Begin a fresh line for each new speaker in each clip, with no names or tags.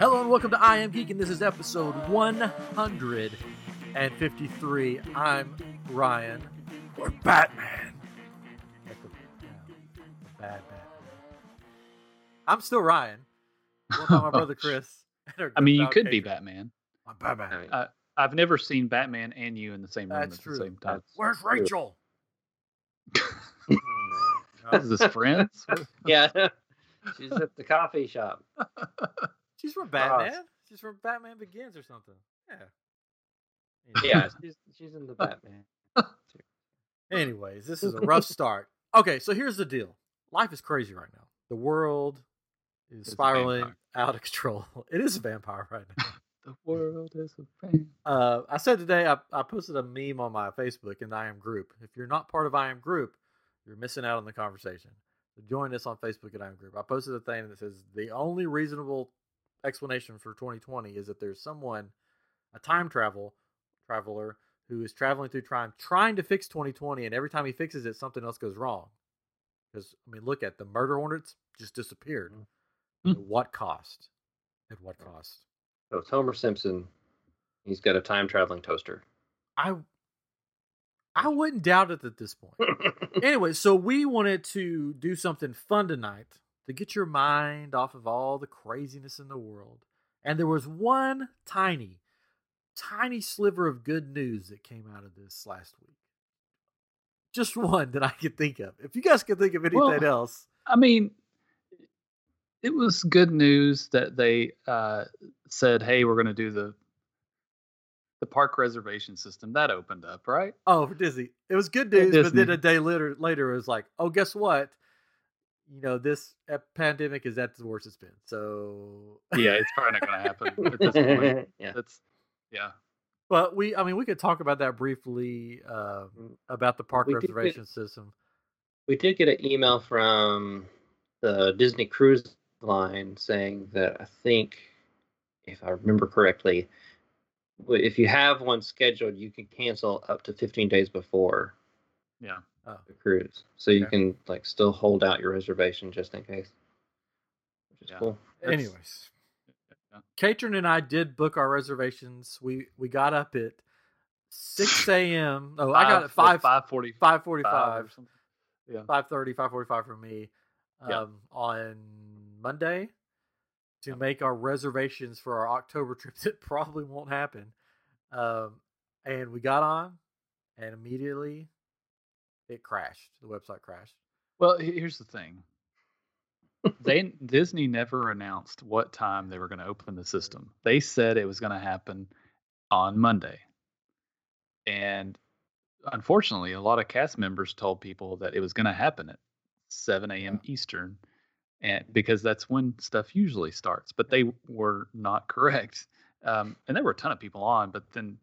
Hello and welcome to I Am Geek, and this is episode 153. I'm Ryan. Or Batman. Like the- yeah, the bad Batman. I'm still Ryan. What about my brother Chris? and our
I mean,
good
you
pal
could be
Caden?
Batman.
I'm Batman.
Alright.
Uh, I've never seen Batman and you in the same room
That's
at
true.
the same time.
Where's Rachel? Oh,
What is this, friends?
yeah. She's at the coffee shop.
She's from Batman. She's from Batman Begins or something. Yeah. Anyway.
Yeah, she's she's in the Batman.
Anyways, this is a rough start. Okay, so here's the deal. Life is crazy right now. The world is
It's a
spiraling
vampire.
out of control. It is a vampire right now.
the world is a fan.
Uh, I said today I, I posted a meme on my Facebook in the I Am group. If you're not part of I Am group, you're missing out on the conversation. So join us on Facebook at I Am group. I posted a thing that says the only reasonable explanation for 2020 is that there's someone, a time travel traveler, who is traveling through time trying to fix 2020, and every time he fixes it, something else goes wrong. Because I mean, look at the murder hornets just disappeared. At what cost? At what cost?
So it's Homer Simpson. He's got a time traveling toaster.
I I wouldn't doubt it at this
Mm,
point. anyway, so we wanted to do something fun tonight to get your mind off of all the craziness in the world. And there was one tiny, tiny sliver of good news that came out of this last week. Just one that I could think of. If you guys could think of anything
Well,
else,
I mean, it was good news that they uh, said, "Hey, we're going to do the the park reservation system." That opened up, right?
oh, for Disney, it was good news. But then
Disney.
a day later, later it was like, oh, guess what? You know, this ep- pandemic is at the worst it's been. So
Yeah, it's probably not going to happen at this point.
yeah.
That's yeah.
But we, I mean, we could talk about that briefly uh,
Mm.
about the park
We did get-
reservation system.
We did get an email from the Disney Cruise Line saying that I think, if I remember correctly, w- if you have one scheduled, you can cancel up to 15 days before
Yeah.
the cruise, so you
Okay.
can like still hold out your reservation just in case, which is
Yeah.
cool.
That's-
Anyways,
Yeah.
Katrin and I did book our reservations. We we got up at six a.m. Oh, I got it five
five forty
five
five or
forty-five,
something. Yeah.
five thirty, five forty-five for me um,
Yeah.
on Monday to make our reservations for our October trip that probably won't happen. Um, and we got on, and immediately it crashed. The website crashed.
Well, he- here's the thing. they Disney never announced what time they were going to open the system. They said it was going to happen on Monday. And unfortunately, a lot of cast members told people that it was going to happen at 7 a.m. Eastern and because that's when stuff usually starts, but they were not correct. Um, and there were a ton of people on, but then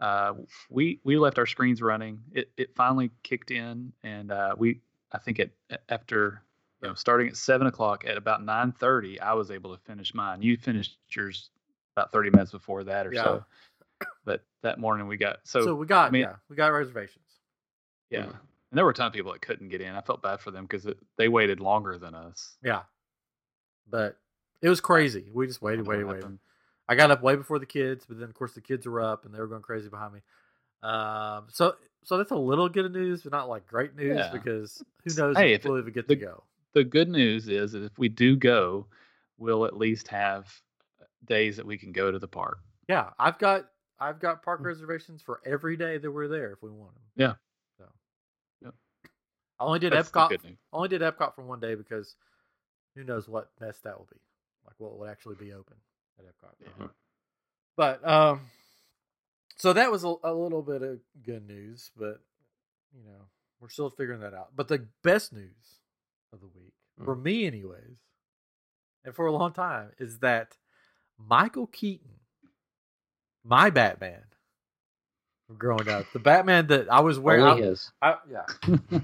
uh, we we left our screens running. It it finally kicked in, and uh, we I think it after you know starting at seven o'clock at about nine thirty, I was able to finish mine. You finished yours about thirty minutes before that or so. But that morning we got so,
So, Mm. we got
I mean-
yeah, we got reservations.
yeah, and there were a ton of people that couldn't get in. I felt bad for them because they waited longer than us.
Yeah. But it was crazy. We just
I
waited,
don't know what
waited, waited.
happened.
I got up way before the kids, but then of course the kids were up and they were going crazy behind me. Um, so so that's a little good news, but not like great news
Yeah.
because who knows
Hey,
if
if it-
we'll even get
the-
to go.
the good news is that if we do go, we'll at least have uh, days that we can go to the park.
Yeah, I've got I've got park reservations for every day that we're there if we want them.
Mm. Yeah.
So
Yep.
I only did
That's the
Epcot
good news.
only did Epcot for one day because who knows what mess that will be. Like what would actually be open at Epcot.
Yeah.
But um so that was a, a little bit of good news, but you know, we're still figuring that out. But the best news of the week, for me anyways, and for a long time, is that Michael Keaton, my Batman from growing up, the Batman that I was wearing
Only
I-
his,
I, yeah.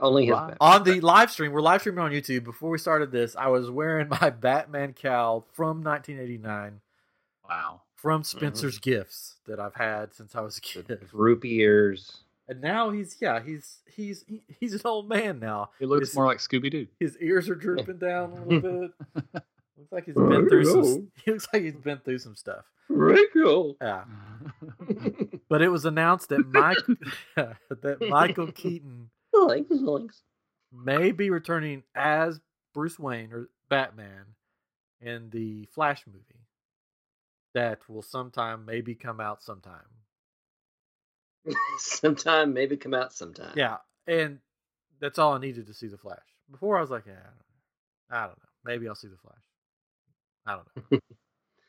only his.
Wow.
Batman.
On the live stream, we're live streaming on YouTube. Before we started this, I was wearing my Batman cowl from 1989
Wow.
from Spencer's Gifts that I've had since I was a
the
kid.
droopy ears.
And now he's yeah, he's he's he- he's an old man now.
It looks
It's-
more like Scooby Doo.
His ears are drooping down a little bit. Looks like he's been through some.
Hello.
He looks like he's been through some stuff.
Rachel.
Yeah, but it was announced that Mike that Michael Keaton
Links, links.
may be returning as Bruce Wayne or Batman in the Flash movie that will sometime maybe come out sometime.
sometime, maybe come out sometime.
Yeah, and that's all I needed to see the Flash. Before I was like, yeah, I don't know. Maybe I'll see the Flash. I don't know.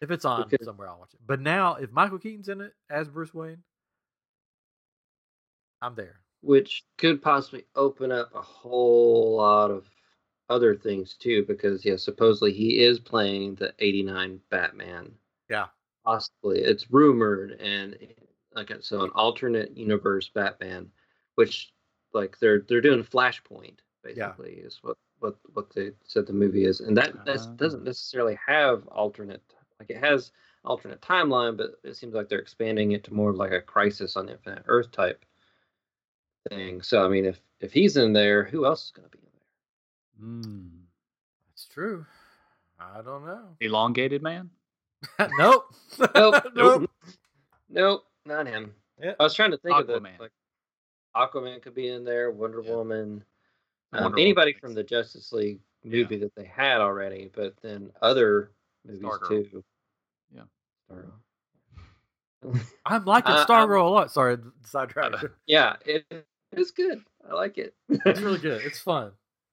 if it's on
Because-
somewhere, I'll watch it. But now, if Michael Keaton's in it as Bruce Wayne, I'm there.
Which could possibly open up a whole lot of other things too, because yeah, supposedly he is playing the '89 Batman.
Yeah.
possibly it's rumored, and like so, an alternate universe Batman, which like they're they're doing Flashpoint basically is what what what they said the movie is, and that that's,
Ah.
doesn't necessarily have alternate like it has alternate timeline, but it seems like they're expanding it to more of like a Crisis on Infinite Earth type thing. So I mean, if if he's in there, who else is going to be in there?
Mm.
It's true. I don't know.
Elongated man.
nope.
Nope, nope, nope, not him.
Yeah.
I was trying to think of
Aquaman.
it. Like Aquaman could be in there. Wonder
Yeah.
Woman.
I
Um,
wonder what
anybody
makes
from
it.
the Justice League
Yeah.
movie that they had already, but then other movies
Stargirl.
too.
Yeah.
Stargirl.
I'm liking
Uh,
Stargirl a lot. Sorry, sidetracked.
yeah, it, it is good. I like it.
it's really good. It's fun.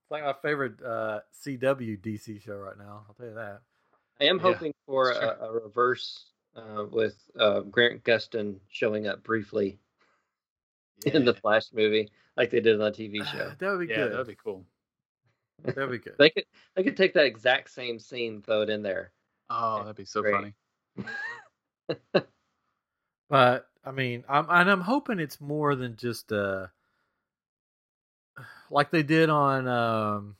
It's like my favorite uh, CW DC show right now. I'll tell you that.
I am
Yeah,
hoping for
it's
a, a reverse uh, with uh, Grant Gustin showing up briefly in the Flash movie, like they did on the TV show.
that would be
yeah,
good.
that'd be cool.
That'd be good.
They could they could take that exact same scene, throw it in there.
Oh, that'd be so
Great.
funny.
But I mean, I'm and I'm hoping it's more than just uh like they did on um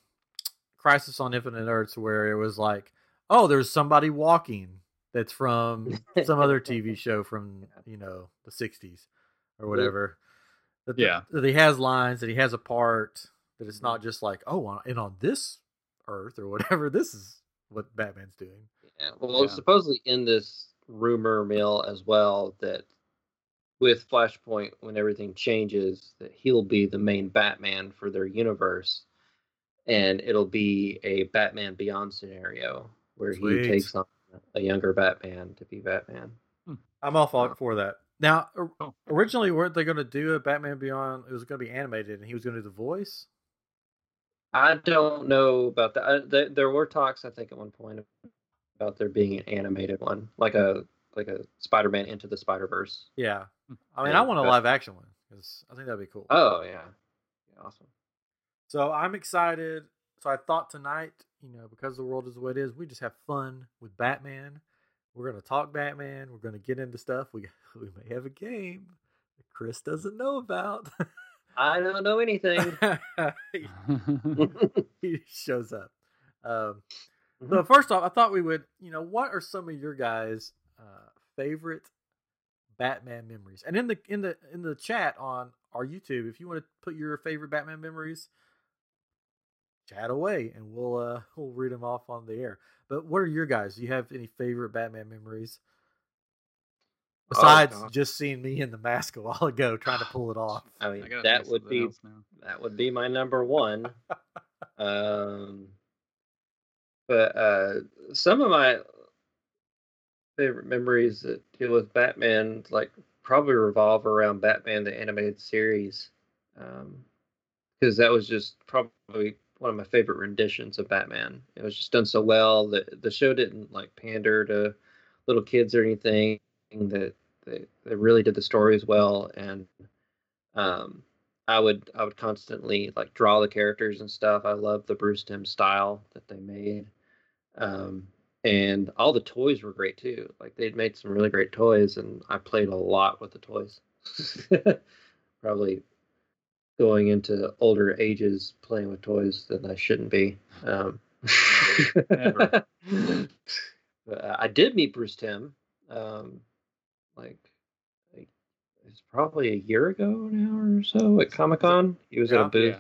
Crisis on Infinite Earths where it was like, oh, there's somebody walking that's from some other TV show from, you know, the 60s or whatever. That the-
Yeah.
that he has lines that he has a part that it's not just like, oh, on, and on this earth or whatever, this is what Batman's doing.
Yeah, well,
Yeah.
supposedly in this rumor mill as well that with Flashpoint, when everything changes, that he'll be the main Batman for their universe, and it'll be a Batman Beyond scenario where
Sweet.
he takes on a younger Batman to be Batman.
I'm all for- for that. Now, er, or-
Cool.
originally, weren't they going to do a Batman Beyond? It was going to be animated, and he was going to do the voice.
I don't know about that. I, th- there were talks, I think, at one point about there being an animated one, like a like a Spider-Man Into the Spider-Verse.
Yeah,
Hmm.
I mean,
Yeah,
I want a
but-
live action one because I think that'd be cool.
Oh yeah, awesome.
So I'm excited. So I thought tonight, you know, because the world is the way it is, we just have fun with Batman. We're gonna talk Batman. We're gonna get into stuff. We we may have a game that Chris doesn't know about.
I don't know anything.
he shows up. Um, So first off, I thought we would, you know, what are some of your guys' uh, favorite Batman memories? And in the in the in the chat on our YouTube, if you want to put your favorite Batman memories, chat away, and we'll uh, we'll read them off on the air. But what are your guys? Do you have any favorite Batman memories besides
God.
just seeing me in the mask a while ago trying to pull it off?
I
I
mean,
gotta
that
think
would
something
be
else now.
that would be my number one. um, but uh, some of my favorite memories that deal with Batman, like probably revolve around Batman the animated series, because that was just probably one of my favorite renditions of Batman. It was just done so well that the show didn't like pander to little kids or anything. That they, they really did the stories well, and um, I would I would constantly like draw the characters and stuff. I love the Bruce Tim style that they made, um, and all the toys were great too. Like they'd made some really great toys, and I played a lot with the toys. Probably going into older ages playing with toys than I shouldn't be. Um,
Never.
but uh, I did meet Bruce Tim, um, like, like it's probably a year ago now or so at Comic Con. He was at
Yeah.
a booth.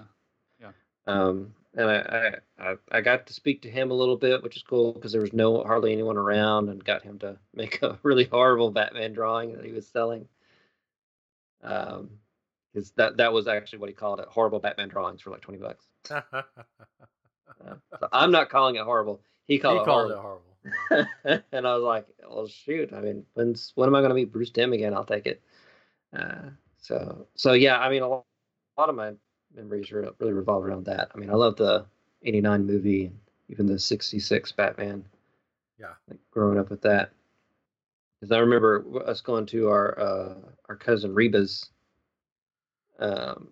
Yeah.
Um, and I, I I- I got to speak to him a little bit, which is cool because there was no hardly anyone around, and got him to make a really horrible Batman drawing that he was selling. Um, because that that was actually what he called it, horrible Batman drawings for like twenty bucks. Uh, so I'm not calling it horrible. He
he
called it
called it
horrible.
horrible.
and I was like, well, shoot. I mean, when's when am I going to meet Bruce Timm again? I'll take it. Uh, so so yeah, I mean, a lot, a lot of my memories re- really revolve around that. I mean, I love the '89 movie and even the '66 Batman.
Yeah.
like growing up with that. Because I remember us going to our uh, our cousin Reba's um,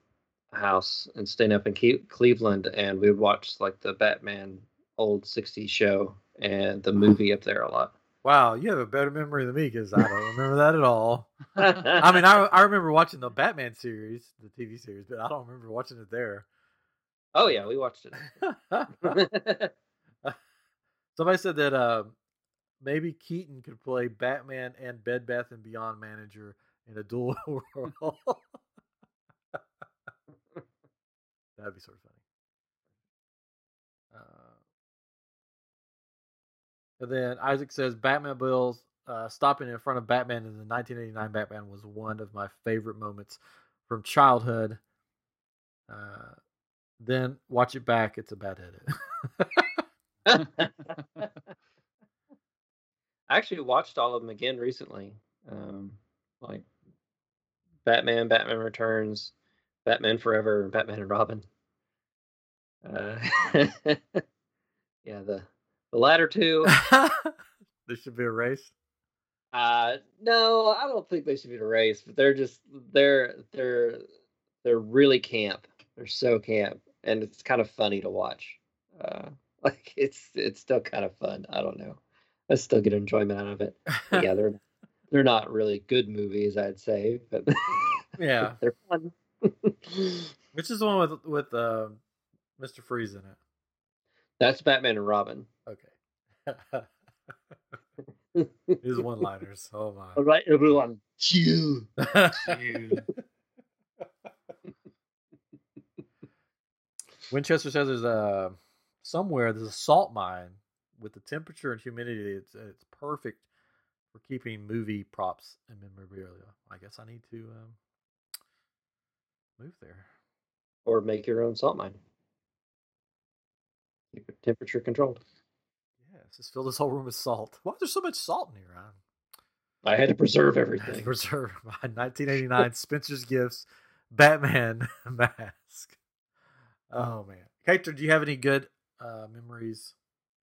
house and staying up in Cle- Cleveland, and we would watch like the Batman old '60s show and the movie up there a lot.
Wow, you have a better memory than me because I don't remember that at all. I
I
mean, I I remember watching the Batman series, the TV series, but I don't remember watching it there.
oh yeah, we watched it.
Somebody said that uh, maybe Keaton could play Batman and Bed Bath and Beyond manager in a dual role. That'd be sort of funny. Uh, and then Isaac says Batman Bills uh, stopping in front of Batman in the 1989 Batman was one of my favorite moments from childhood. Uh, then watch it back; it's a bad edit.
I actually watched all of them again recently. Um, like Batman, Batman Returns, Batman Forever, and Batman and Robin. Uh, yeah, the the latter two.
this should be a race.
Uh, no, I don't think they should be erased, but they're just they're they're they're really camp. They're so camp, and it's kind of funny to watch. Uh, like it's it's still kind of fun. I don't know. I still get enjoyment out of it. But yeah, they're they're not really good movies, I'd say, but
Yeah,
they're fun.
which is the one with with uh, Mr. Freeze in it.
That's Batman and Robin.
Okay. These one liners. Oh
All right, everyone, chill.
my. Winchester says there's a somewhere there's a salt mine with the temperature and humidity. It's it's perfect for keeping movie props and memorabilia. I guess I need to um, move there.
Or make your own salt mine. Keep it Temperature controlled.
Yes, just fill this whole room with salt. Why is there so much salt in here? I
I had to preserve
Preserve
everything.
my 1989 Spencer's Gifts Batman mask. Oh man, Kater, do you have any good uh, memories?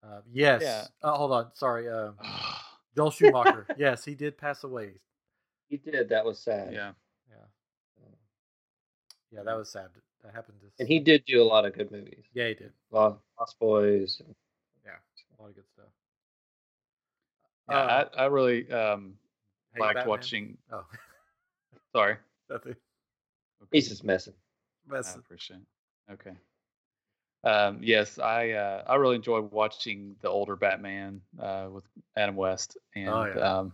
Uh, yes.
Yeah.
Oh, hold on. Sorry, uh, Joel Schumacher. yes, he did pass away.
He did. That was sad.
yeah.
Yeah, yeah, that was sad. That happened. To...
And he did do a lot of good movies.
Yeah, he did.
Lost, Lost Boys.
A lot of good stuff.
Yeah,
Uh,
I, I really um,
Hey,
liked
Batman.
watching.
Oh,
Sorry.
nothing.
He's just messing.
That's
I appreciate. it. Okay. Um, yes, I uh, I really enjoy watching the older Batman uh, with Adam West, and
Oh, yeah.
um,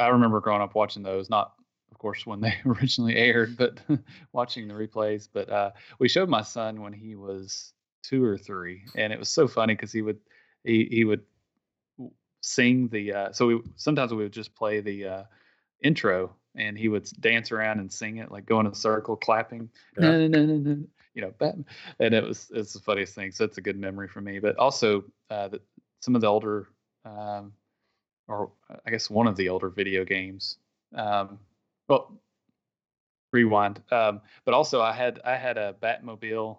I remember growing up watching those. Not, of course, when they originally aired, but watching the replays. But uh, we showed my son when he was two or three, and it was so funny because he would he he would sing the uh, so we sometimes we would just play the uh, intro, and he would dance around and sing it like go in a circle, clapping
Yeah.
no, no, no, no, no. You know, Batman. and it was it's the funniest thing. So it's a good memory for me. But also, uh, the, some of the older, um, or uh, I guess one of the older video games. Um, well, rewind. Um, but also, I had I had a Batmobile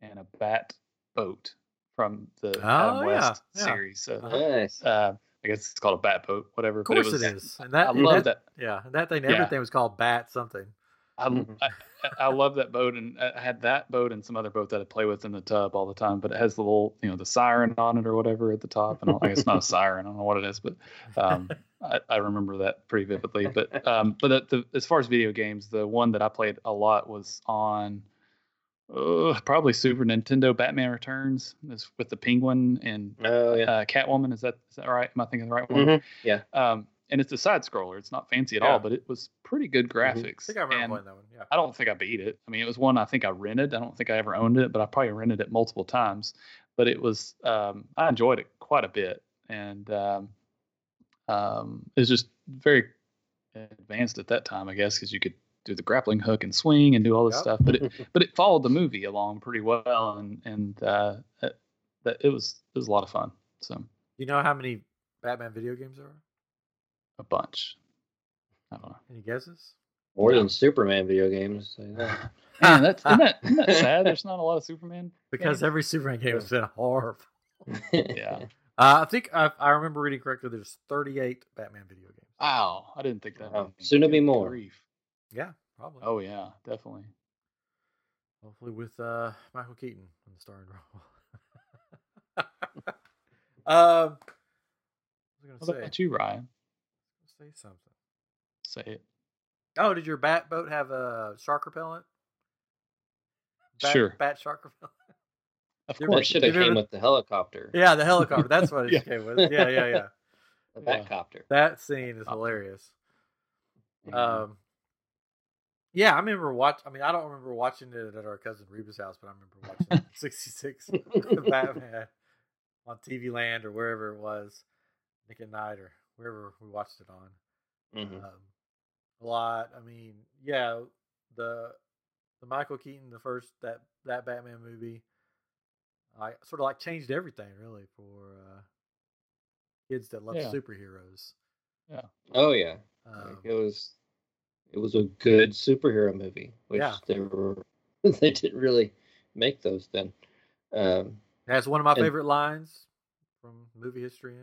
and a Bat boat from the
Oh,
Adam
yeah,
West
yeah.
series. So
Uh-huh.
Nice.
uh, I guess it's called a Bat boat, whatever.
of
but
course
it was.
it is. And that
I
and
love
that.
that.
Yeah, and that thing.
Yeah.
Everything was called bat something.
I,
Mhm.
I I love that boat, and I I had that boat and some other boat that I play with in the tub all the time. But it has the little, you know, the siren on it or whatever at the top, and all, I guess it's not a siren. I don't know what it is, but um, I, I remember that pretty vividly. But um, but the, the, as far as video games, the one that I played a lot was on uh, probably Super Nintendo. Batman Returns is with the Penguin and
Oh yeah. Mm-hmm.
uh, Catwoman. Is that is that right? Am I thinking the right one?
Mhm.
Um, and it's a side scroller. It's not fancy at
Yeah.
all, but it was pretty good
Mm-hmm.
graphics.
I think I remember
And
playing that one. Yeah.
I don't think I beat it. I mean, it was one I think I rented. I don't think I ever owned it, but I probably rented it multiple times. But it was um, I enjoyed it quite a bit, and um, um, it was just very advanced at that time, I guess, because you could do the grappling hook and swing and do all this
Yep.
stuff. But it but it followed the movie along pretty well, and and uh, it, that- it was it was a lot of fun. So
You know how many Batman video games there are?
a bunch. I don't know.
Any guesses?
More than Superman video games. say that.
Man, that's isn't that, isn't that sad? There's not a lot of Superman.
Because every Superman game has been horrible.
Yeah.
Uh, I think I, I remember reading correctly. There's 38 Batman video games.
Wow, I didn't think that.
Wow.
many.
Soon to be
Good
more.
grief.
Yeah, probably.
Oh yeah, definitely.
Hopefully with uh, Michael Keaton in the starring role. um, I was
What
gonna say,
about you, Ryan?
say something.
Say it.
Oh, did your bat boat have a shark repellent? Bat,
Sure.
Bat shark repellent.
Of
You're
That
course.
right.
should
you
have
ever-
came with the helicopter,
Yeah, the helicopter. That's what it
Yeah.
came with. Yeah, yeah, yeah.
the
Yeah.
Batcopter.
That scene is
Helicopter.
hilarious.
Yeah.
Um, yeah, I remember watch. I mean, I don't remember watching it at our cousin Reba's house, but I remember watching '66 Batman on TV Land or wherever it was, Nick at Night or wherever we watched it on.
Mhm.
Um, a lot. I mean, yeah, the the Michael Keaton, the first that that Batman movie, I sort of like changed everything really for uh, kids that love
Yeah.
superheroes.
Oh yeah, Like,
Um,
it was it was a good superhero movie, which
Yeah.
they were they didn't really make those then. Um,
It has one of my
And-
favorite lines from movie history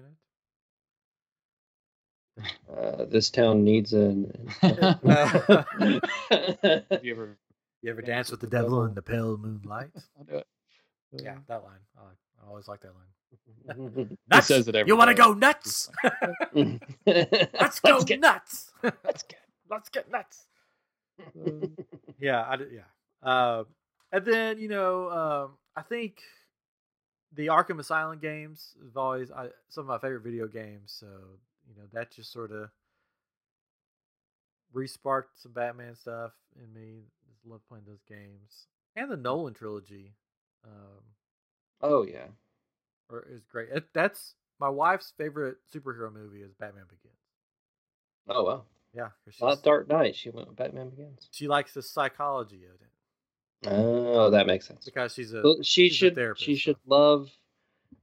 in it.
uh, this town needs an.
Uh,
Have you ever?
You ever
Dance
dance with the
with the
devil in
devil.
the pale moonlight? Mm.
I'll do it.
yeah, that line. I, like- I always like that line.
He says it every
you want to
day.
go nuts? Let's go
get-
nuts.
That's good.
Let's get nuts.
uh,
Mm-hmm.
Yeah, I did, yeah. Uh, and then you know, um, I think the Arkham Asylum games is always I, some of my favorite video games. So you know, that just sort of re-sparked some Batman stuff in me. Just love playing those games and the Nolan trilogy. Um,
oh yeah.
or is great. It, that's my wife's favorite superhero movie is Batman Begins.
Oh wow.
Yeah, 'cause
Not
she's-
Dark Knight. She went with Batman Begins.
she likes the psychology of it
Oh, that makes sense.
because she's a
Well, she
she's a
should
therapist,
she
so-
should love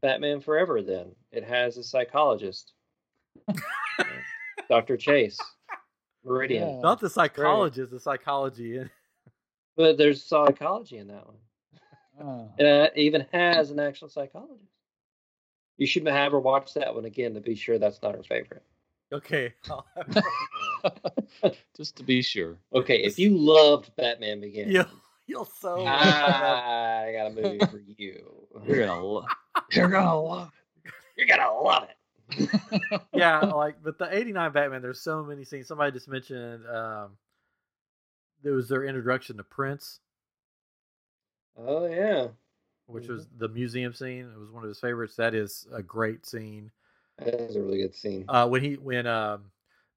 Batman Forever then. It has a psychologist. Dr. Chase. Meridian.
Yeah.
not the psychologist, the psychology in
But there's psychology in that one.
Oh.
And it even has an actual psychologist. You should have her watch that one again to be sure that's not her favorite.
Okay. I'll have-
Just to be sure.
Okay, if you loved Batman Begins,
you'll, you'll so love that.
ah, I got a movie for you.
You're gonna love. You're gonna love.
You're gonna love it.
yeah, like but the '89 Batman. There's so many scenes. Somebody just mentioned um, there was their introduction to Prince,
Oh yeah,
which was the museum scene. It was one of his favorites. That is a great scene.
that was a really good scene.
Uh, when he when um,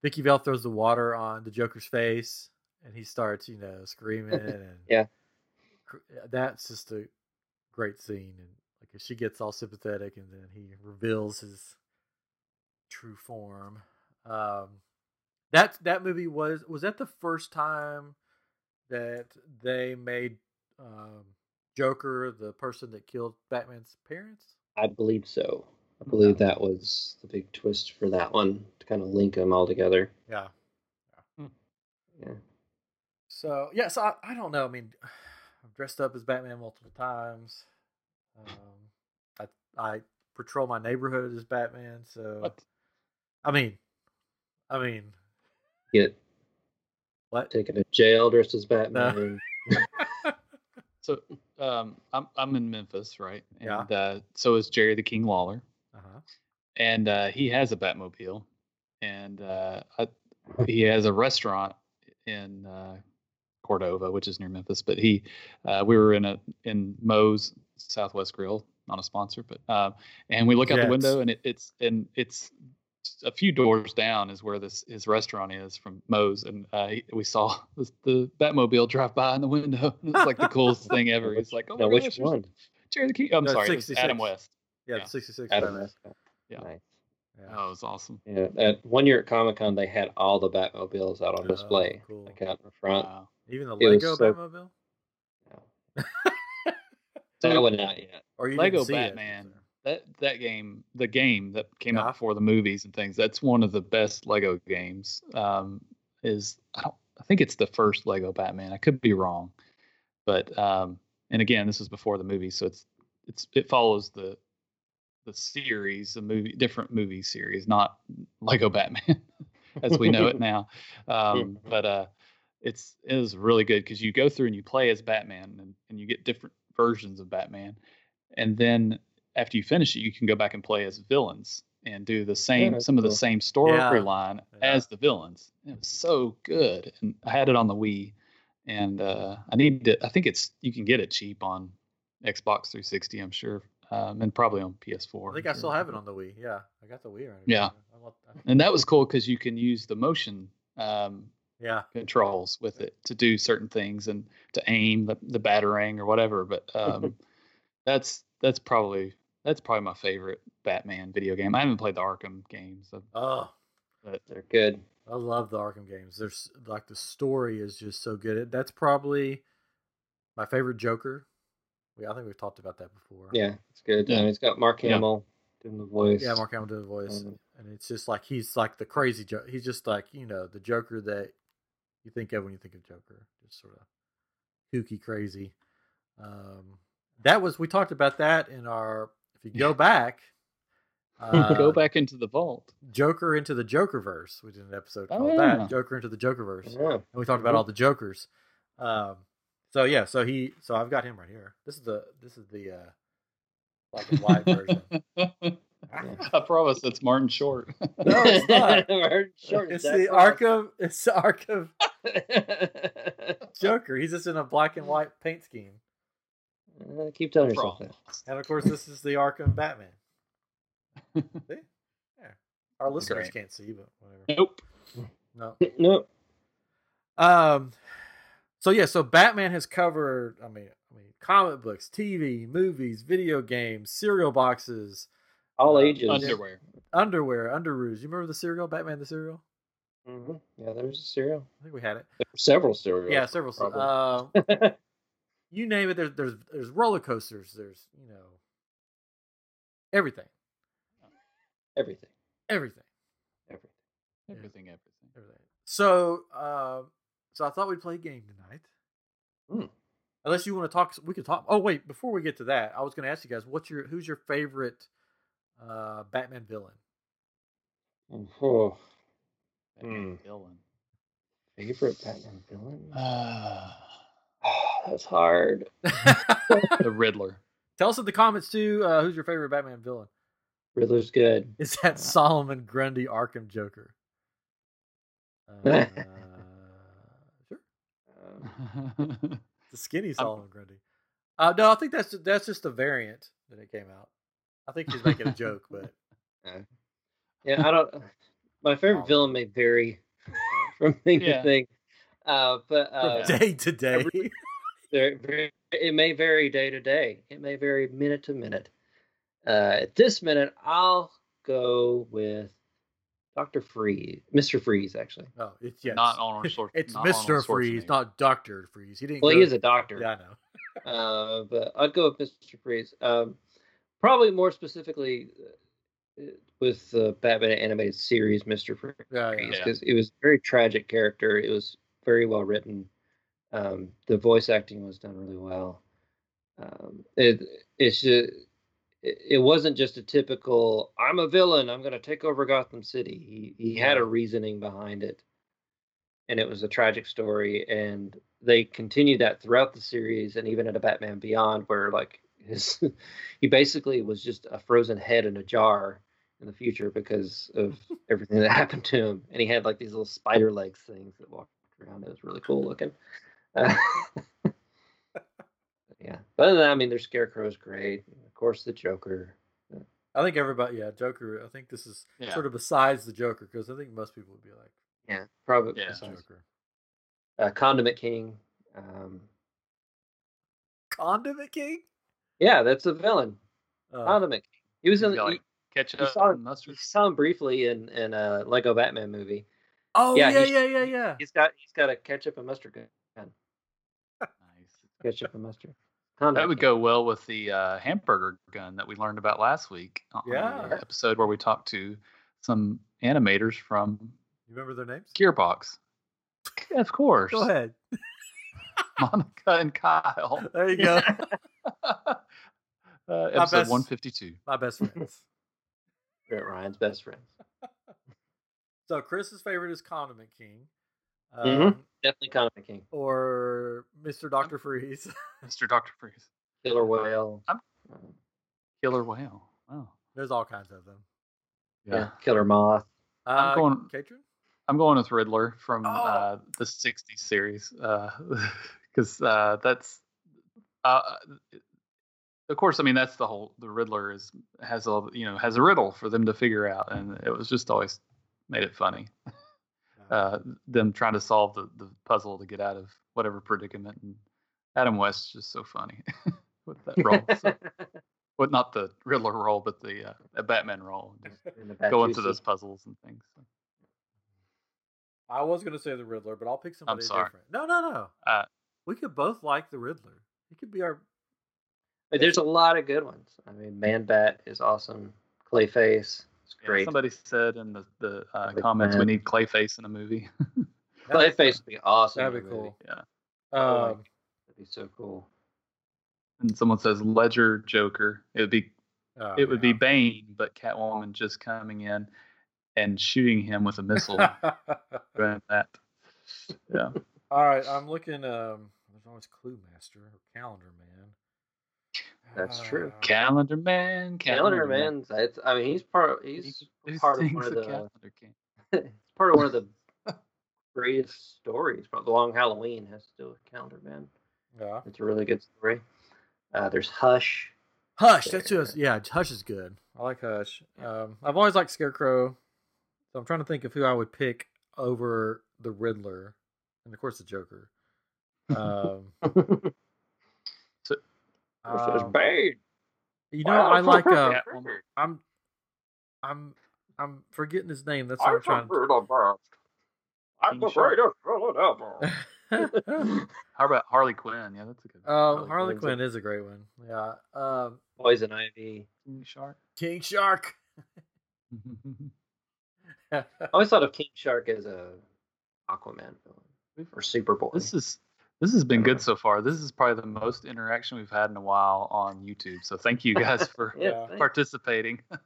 Vicky Vale throws the water on the Joker's face and he starts you know screaming and
Yeah.
cr- uh, that's just a great scene and like she gets all sympathetic and then he reveals his true form. Um, that that movie was was that the first time that they made um, Joker the person that killed Batman's parents.
I believe so. I believe that was the big twist for that one to kind of link them all together.
Yeah.
Hmm.
Yeah.
So yeah, so I, I don't know. I mean, I've dressed up as Batman multiple times. Um, I I patrol my neighborhood as Batman. So
What?
I mean, I mean,
Get
what?
taken to jail dressed
Uh,
as Batman.
So, um, I'm I'm in Memphis, right? And,
Yeah.
Uh, so is Jerry the King Lawler,
Uh-huh.
and uh, he has a Batmobile, and uh, I, he has a restaurant in uh, Cordova, which is near Memphis. But he, uh, we were in a in Moe's Southwest Grill, not a sponsor, but uh, and we look out
Yet.
the window and it, it's and it's a few doors down is where this his restaurant is from Moe's, and uh, he- we saw the, the Batmobile drive by in the window. It's like the coolest thing ever. He's like, "Oh
now,
my
which
gosh, there's
one?
Jerry the King." I'm
No,
sorry, it was
66.
Adam West.
Yeah,
Yeah.
the 66
Adam
Batman.
West.
Yeah.
Nice.
Yeah.
Oh, it was awesome.
Yeah, at one year at Comic Con, they had all the Batmobiles out on
Oh,
display,
cool.
like out in front.
Wow.
Even the
It was
Lego
so-
Batmobile?
That
So-
one not yet.
Or you
Lego
didn't see it, is
Batman.
there?
That that game, the game that came
Yeah.
out before the movies and things, that's one of the best Lego games. Um, is I don't I think it's the first Lego Batman. I could be wrong, but um, and again, this is before the movie, so it's it's it follows the the series, the movie, different movie series, not Lego Batman as we know it now. Um, but uh, it's it is really good because you go through and you play as Batman and, and you get different versions of Batman, and then after you finish it, you can go back and play as villains and do the same
that's
some of the
cool.
same storyline
Yeah.
as the villains. It was so good, and I had it on the Wii, and uh, I need to. I think it's you can get it cheap on Xbox 360, I'm sure, um, and probably on PS4.
I think I still have it on the Wii. Yeah, I got the Wii right.
Yeah.
I want that.
And that was cool because you can use the motion um,
Yeah.
controls with it to do certain things and to aim the, the batarang or whatever. But um, that's that's probably that's probably my favorite Batman video game. I haven't played the Arkham games. so-
Oh,
They're good.
I love the Arkham games. There's like the story is just so good. It- That's probably my favorite Joker. We, I think we've talked about that before.
Yeah, it's good.
Yeah.
And it's got Mark
Yeah.
Hamill doing the voice.
Yeah, Mark Hamill did the voice,
Um,
and it's just like he's like the crazy Joker. He's just like you know the Joker that you think of when you think of Joker, just sort of kooky, crazy. Um, that was we talked about that in our. If you go back, uh,
Go back into the vault.
Joker into the Jokerverse. We did an episode called
Oh, yeah.
that Joker into the Jokerverse.
Yeah.
and we talked about all the jokers. Um, so yeah, so he, so I've got him right here. This is the, this is the uh, black and white version.
I promise it's Martin Short.
No, it's not.
Martin Short
It's
is that
the
fast.
Arkham. It's the Arkham Joker. He's just in a black and white paint scheme,
I keep telling yourself
Wrong.
that.
and of course, this is the Arkham Batman. See, yeah. Our listeners
Great.
can't see, but whatever.
Nope.
No.
Nope.
Um. So yeah, so Batman has covered. I mean, I mean, comic books, TV, movies, video games, cereal boxes,
All
Uh,
ages.
Underwear.
underwear, underoos. You remember the cereal, Batman the cereal?
Mhm. Yeah, there's a cereal.
I think we had it.
There were several cereals.
Yeah, several. se- Uh, you name it. There's there's there's roller coasters. There's you know everything,
Everything.
everything,
Everything.
Everything, everything.
everything. So um, so I thought we'd play a game tonight.
Hmm.
Unless you want to talk, we could talk. Oh wait, before we get to that, I was going to ask you guys, what's your who's your favorite uh, Batman villain?
Oh,
Batman
Mm.
villain.
favorite Batman villain?
Hmm.
Ah,
that's hard.
the Riddler.
Tell us in the comments too. Uh, who's your favorite Batman villain?
Riddler's good.
Is that Solomon Grundy Arkham Joker? Uh, sure. Uh,
Um,
The skinny Solomon Grundy. Uh, no, I think that's that's just a variant that it came out. I think he's making a joke, but
yeah, I don't. My favorite villain may vary from thing
Yeah.
to thing, uh, but uh,
from day to day.
there, very- it may vary day to day. It may vary minute to minute. Uh, at this minute, I'll go with Doctor Freeze, Mister Freeze, actually.
No, Oh, it's yes.
Not Arnold Schwarzenegger.
it's
not
Mister
Arnold
Freeze,
Schwarzenegger.
not Doctor Freeze. He didn't.
Well,
go,
he is a doctor.
Yeah, I know.
Uh, but I'd go with Mr. Freeze. Um, probably more specifically uh, with the Batman animated series, Mr. Freeze,
Yeah, yeah.
Yeah.
because it was a very tragic character. It was very well written. Um, the voice acting was done really well. Um, it it's ju- it, it wasn't just a typical "I'm a villain, I'm going to take over Gotham City." He he had a reasoning behind it, and it was a tragic story. And they continued that throughout the series, and even into Batman Beyond, where like his he basically was just a frozen head in a jar in the future because of everything that happened to him, and he had like these little spider legs things that walked around. It was really cool looking. Uh, yeah. But other than that, I mean, their Scarecrow's great. and Of course, the Joker.
I think everybody, yeah, Joker. I think this is
Yeah.
sort of besides the Joker because I think most people would be like
Yeah, probably.
Yeah.
"It's Joker.
Uh, Condiment King. Um,
Condiment King.
yeah, that's the villain.
Uh,
Condiment King. He was in.
He's got, like,
You,
ketchup
you saw-
and
you
mustard.
saw him briefly in in a Lego Batman movie.
oh yeah,
yeah,
yeah,
he's-
yeah, yeah, yeah.
He's got he's got a ketchup and mustard gun.
Nice.
Ketchup and mustard. Condiment
That would
King.
go well with the uh, hamburger gun that we learned about last week on
Yeah.
the episode where we talked to some animators from
You remember their names?
Gearbox. Yeah, of course,
Go ahead.
Monica and Kyle.
There you go.
uh, episode
best-
one fifty two.
My best friends.
Brett Ryan's best friend.
So Chris's favorite is Condiment King, um,
Mhm. Definitely Condiment King.
or Mister Doctor Freeze.
Mr. Doctor Freeze,
Killer Whale.
I'm-
uh,
Killer Whale. Wow.
There's all kinds of them.
yeah. Killer Moth.
Uh,
I'm going-
Katrin?
I'm going with Riddler from
Oh.
uh, the '60s series because uh, that's, uh, of course, I mean that's the whole. The Riddler is has a you know has a riddle for them to figure out, and it was just always made it funny. Uh, them trying to solve the, the puzzle to get out of whatever predicament, and Adam West's just so funny with that role. So, well, not the Riddler role, but the uh, the Batman role, just
in the
going through
Batusi.
those puzzles and things.
I was going to say the Riddler, but I'll pick somebody
sorry.
different. No, no, no.
Uh,
we could both like the Riddler. He could be our.
But there's a lot of good ones. I mean, Man Bat is awesome. Clayface is
Yeah,
great.
Somebody said in the, the uh,
Like
comments we
that.
need Clayface in a movie.
Clayface would be awesome.
That'd
in
be
a movie.
cool.
Yeah.
I
Um,
like That'd be so cool.
and someone says Ledger Joker. It would be
oh,
it would be
yeah.
Bane, but Catwoman just coming in and shooting him with a missile. Right, that. Yeah.
all right, I'm looking. Um, there's always Clue Master or Calendar Man. Uh,
That's true.
Calendar Man.
Calendar Man's. It's, I mean, he's part. He's
Who
part of
thinks
one of
a
the.
calendar can?
it's part of one of the greatest stories. But The Long Halloween has to do with Calendar Man.
Yeah.
It's a really good story. Uh, there's Hush.
Hush. That's just yeah. Hush is good. I like Hush. Um, I've always liked Scarecrow. So I'm trying to think of who I would pick over the Riddler, and of course the Joker. Um,
there's
um,
Bane.
you know, I like. Uh,
Catwoman.
I'm, I'm, I'm forgetting his name. That's what I'm trying. to-
I'm the greatest
villain ever.
um,
How about Harley Quinn? Yeah, that's a good.
Oh, Harley
Quinn's
Quinn is a great one. Yeah. Um,
Poison Ivy.
Quinn. Shark.
King Shark.
I always thought of King Shark as a Aquaman villain
Mm-hmm.
or Superboy.
This is this has been good so far. This is probably the most interaction we've had in a while on YouTube. So thank you guys for
yeah,
thanks.
participating. this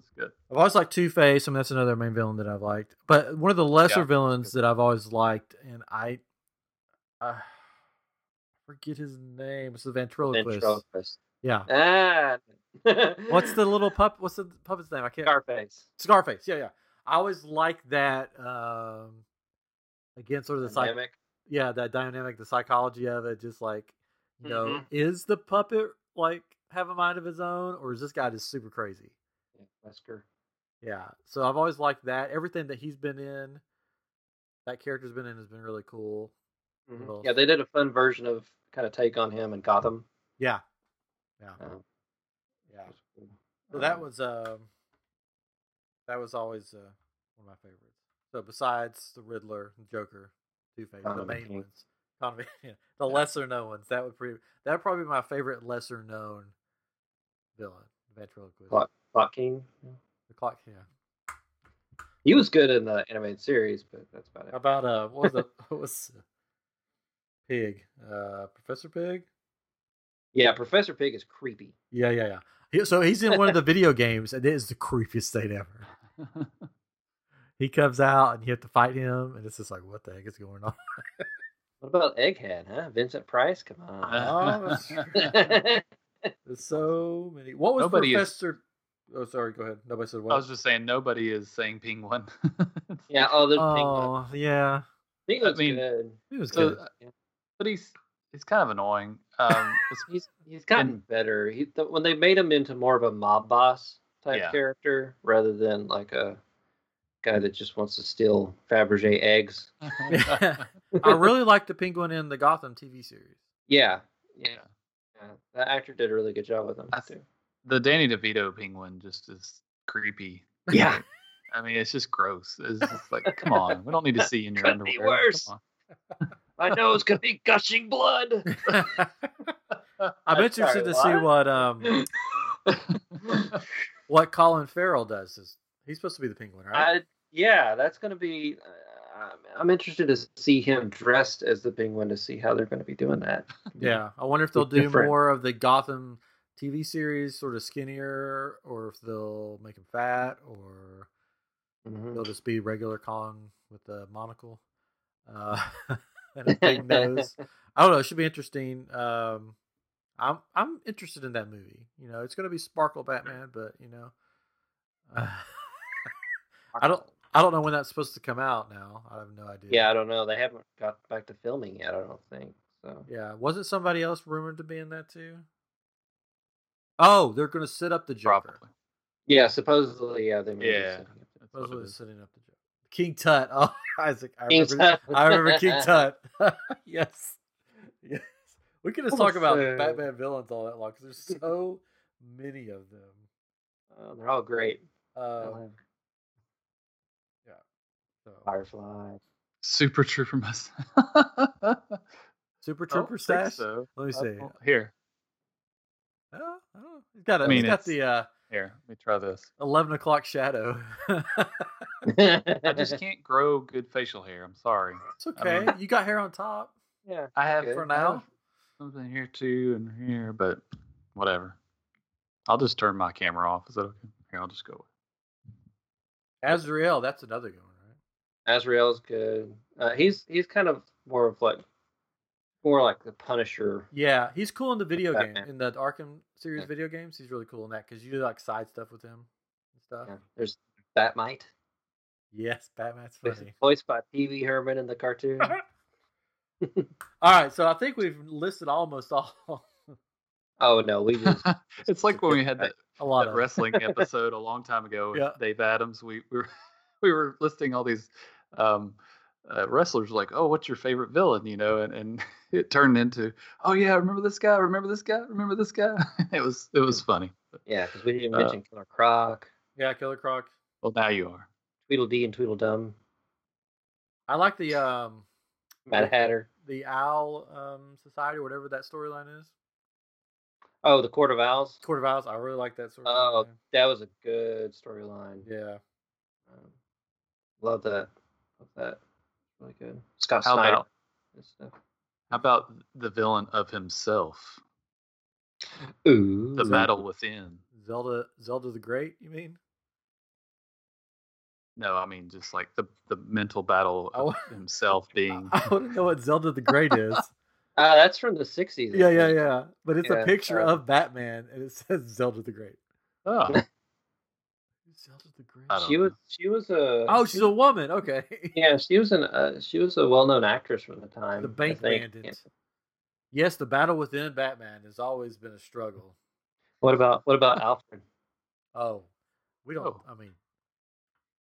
is good.
I've always liked Two Face, and that's another main villain that I've liked. But one of the lesser
Yeah.
villains that I've always liked, and I, uh, I forget his name. It's the ventriloquist.
ventriloquist.
Yeah.
Ah.
What's the little pup? What's the puppet's name? I can't.
Scarface?
Scarface. Yeah, yeah. I always like that. Um, again, sort of the psych-
Dynamic.
yeah, that dynamic, the psychology of it, just like you know,
Mhm.
is the puppet like have a mind of his own, or is this guy just super crazy?
Yeah, Wesker.
Yeah. So I've always liked that. Everything that he's been in, that character's been in, has been really cool.
Mhm.
Well-
Yeah, they did a fun version of kind of take on him in Gotham.
Yeah. Yeah.
Uh,
Yeah. So that
Um,
was um, that was always uh, one of my favorites. So besides the Riddler, Joker, Two Face, the
Condiment
main
King.
ones, Condiment- yeah, the lesser known ones, that would pretty that would probably be my favorite lesser known villain, ventriloquist,
Clock. Clock King.
the clock. Yeah.
He was good in the animated series, but that's about
How
it.
about uh, what was the what was uh, Pig, uh, Professor Pig?
Yeah, Professor Pig is creepy.
Yeah, yeah, yeah. He- So he's in one of the video games, and it is the creepiest thing ever. He comes out, and you have to fight him, and it's just like, what the heck is going on?
What about Egghead, huh? Vincent Price? Come on.
Oh, that's true.
I
There's so many. What was
Nobody is-
Professor? Oh, sorry. Go ahead. Nobody said
I
what.
was just saying nobody is saying penguin.
Yeah, oh, the Penguin.
oh, yeah.
Penguin's
I mean,
good.
He was
so, uh,
good.
but he's He's kind of annoying. Um, it's-
He's he's gotten better. He th- when they made him into more of a mob boss type
Yeah.
character rather than like a guy that just wants to steal Fabergé eggs.
I really like the penguin in the Gotham TV series.
Yeah, yeah,
Yeah.
yeah. That actor did a really good job with him
I
too.
the Danny DeVito penguin just is creepy.
Yeah.
I mean, it's just gross. It's just like, come on, we don't need to see you in your
Could
underwear.
be worse.
Come on.
My nose could be gushing blood.
I'm interested
sorry,
to see
what?
what um what Colin Farrell does. Is, he's supposed to be the penguin, right?
I, yeah, that's going to be. Uh, I'm interested to see him dressed as the penguin to see how they're going to be doing that.
yeah. I wonder if they'll do
Different.
more of the Gotham TV series, sort of skinnier, or if they'll make him fat, or
Mhm.
they'll just be regular Colin with the monocle uh, and a big nose. I don't know. It should be interesting. Um, I'm I'm interested in that movie. You know, it's going to be Sparkle Batman, but you know, uh, I don't I don't know when that's supposed to come out. Now I have no idea.
Yeah, I don't know. They haven't got back to filming yet. I don't think so.
yeah. Wasn't somebody else rumored to be in that too? Oh, they're going to set up the Joker.
Probably.
Yeah, supposedly, yeah, they. may be
Yeah.
setting up
That's what
Supposedly
it
they're
is.
setting up the Joker. King Tut. Oh, Isaac. I
the- King
remember-
Tut.
I remember King Tut. yes. Yes. We could just talk about
Also-
Batman villains all that long because there's so many of them.
Oh, they're all great. Oh.
Um, so.
Firefly.
Super Trooper must.
Super
Don't
Trooper
think
Stash?
So.
Let me
I
see.
don't- Here,
Oh, oh, he's got, a,
I mean,
he's got
it's-
the uh,
here. Let me try this.
11 o'clock shadow. it's
I just can't grow good facial hair. I'm sorry.
okay.
Um,
You got hair on top.
yeah.
I have
Okay.
For
I have
now?
something here too and here, but whatever. I'll just turn my camera off. Is that okay? Here, I'll just go.
Azrael, that's another good one, right?
Azrael's good. Uh, he's he's kind of more of like more like the Punisher.
Yeah, he's cool in the video game,
Batman.
in the Arkham series
Yeah.
video games. He's really cool in that because you do like side stuff with him and stuff.
Yeah. There's Batmite.
Yes, Batman's
He's
funny.
Voiced by Pee Wee Herman in the cartoon.
All right, so I think we've listed almost all
oh no, we just
away. it's like when we had that,
a lot
that
of
wrestling episode a long time ago with
Yeah.
Dave Adams. We, we were we were listing all these um, uh, wrestlers. Like, oh, what's your favorite villain? You know, and, and it turned into, oh yeah, remember this guy? Remember this guy? Remember this guy? it was it was funny.
yeah, because we didn't
Uh,
mention Killer Croc,
yeah, Killer Croc.
Well, now you are.
Tweedledee, and Tweedledum,
I like the um
Mad Hatter.
the Owl um Society or whatever that storyline is.
Oh, the Court of Owls.
Court of Owls. I really like that storyline.
Oh, that was a good storyline.
yeah.
Um, love that. Love that. Really good. Scott
How
Snyder.
about
and stuff.
how about the villain of himself?
Ooh.
The battle within.
Zelda Zelda the Great, you mean?
No, I mean just like the the mental battle of
Oh.
himself being.
I want to know what Zelda the Great is.
Ah, that's from the sixties.
yeah, yeah, yeah. But it's a
Yeah,
picture
uh,
of Batman and it says Zelda the Great.
Oh,
Zelda the Great.
I don't-
She was. She was a.
Oh, she's a woman. Okay.
Yeah, she was an. Uh, she was a well-known actress from the time.
the
I
bank
think.
bandit. Yes, the battle within Batman has always been a struggle.
What about what about Alfred?
Oh, we don't.
Oh.
I mean,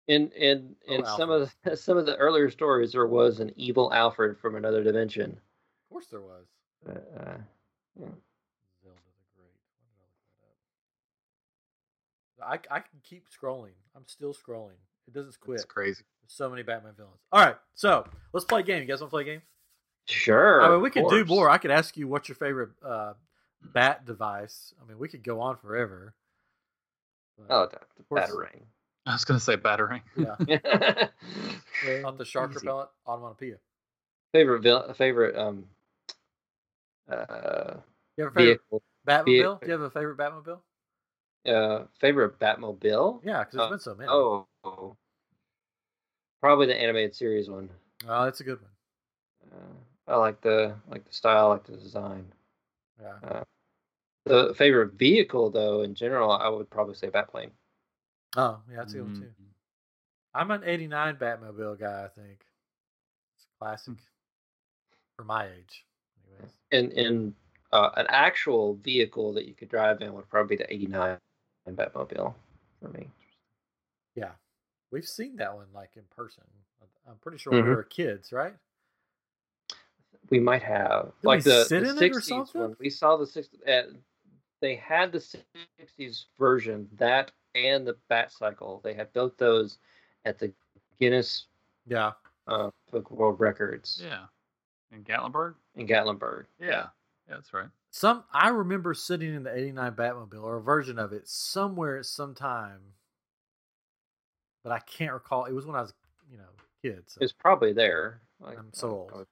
In in
Oh,
in some of the, some of the earlier stories, there was an evil Alfred from another dimension.
of course there was.
Uh, uh,
Zelda the Great. Why did I look that up? I, I can keep scrolling. I'm still scrolling. It doesn't quit.
that's crazy.
There's so many Batman villains. All right, so let's play a game. You guys want to play a game?
sure.
I mean,
of
we could do
course.
more. I could ask you what's your favorite uh, bat device. I mean, we could go on forever. But
Oh, the, the
course.
batarang.
I was gonna say battering.
yeah.
Yeah.
On the shark
Easy.
repellent, onomatopoeia.
favorite vil- favorite um uh
You have a favorite
vehicle
Batmobile?
vehic-
Do you have a favorite Batmobile?
uh favorite Batmobile.
Yeah, because there's
Uh,
been so many.
Oh, probably the animated series one.
Oh, that's a good one.
Uh, I like the I like the style, I like the design.
Yeah.
The favorite vehicle though, in general, I would probably say Batplane.
Oh, yeah, that's a good
Mm-hmm.
one too.
Mm.
I'm an '89
Hmm.
Batmobile guy. I think it's classic for my age. Anyway. anyways.
in in uh, an actual vehicle that you could drive in would probably be the '89 Batmobile for me.
Yeah, we've seen that one like in person. I'm pretty sure
Mhm.
when we were kids, right?
We might have like
we
the,
sit
the
in it or
60s
something?
one. We saw the six. Uh, they had the '60s version that and the Bat Cycle. They had built those at the Guinness
Yeah,
uh, Book of World Records
Yeah. In Gatlinburg?
in Gatlinburg.
Yeah. Yeah, that's right.
some I remember sitting in the '89 Batmobile or a version of it somewhere at some time, but I can't recall. It was when I was, you know, kid. So.
It's probably there. Like,
I'm so old.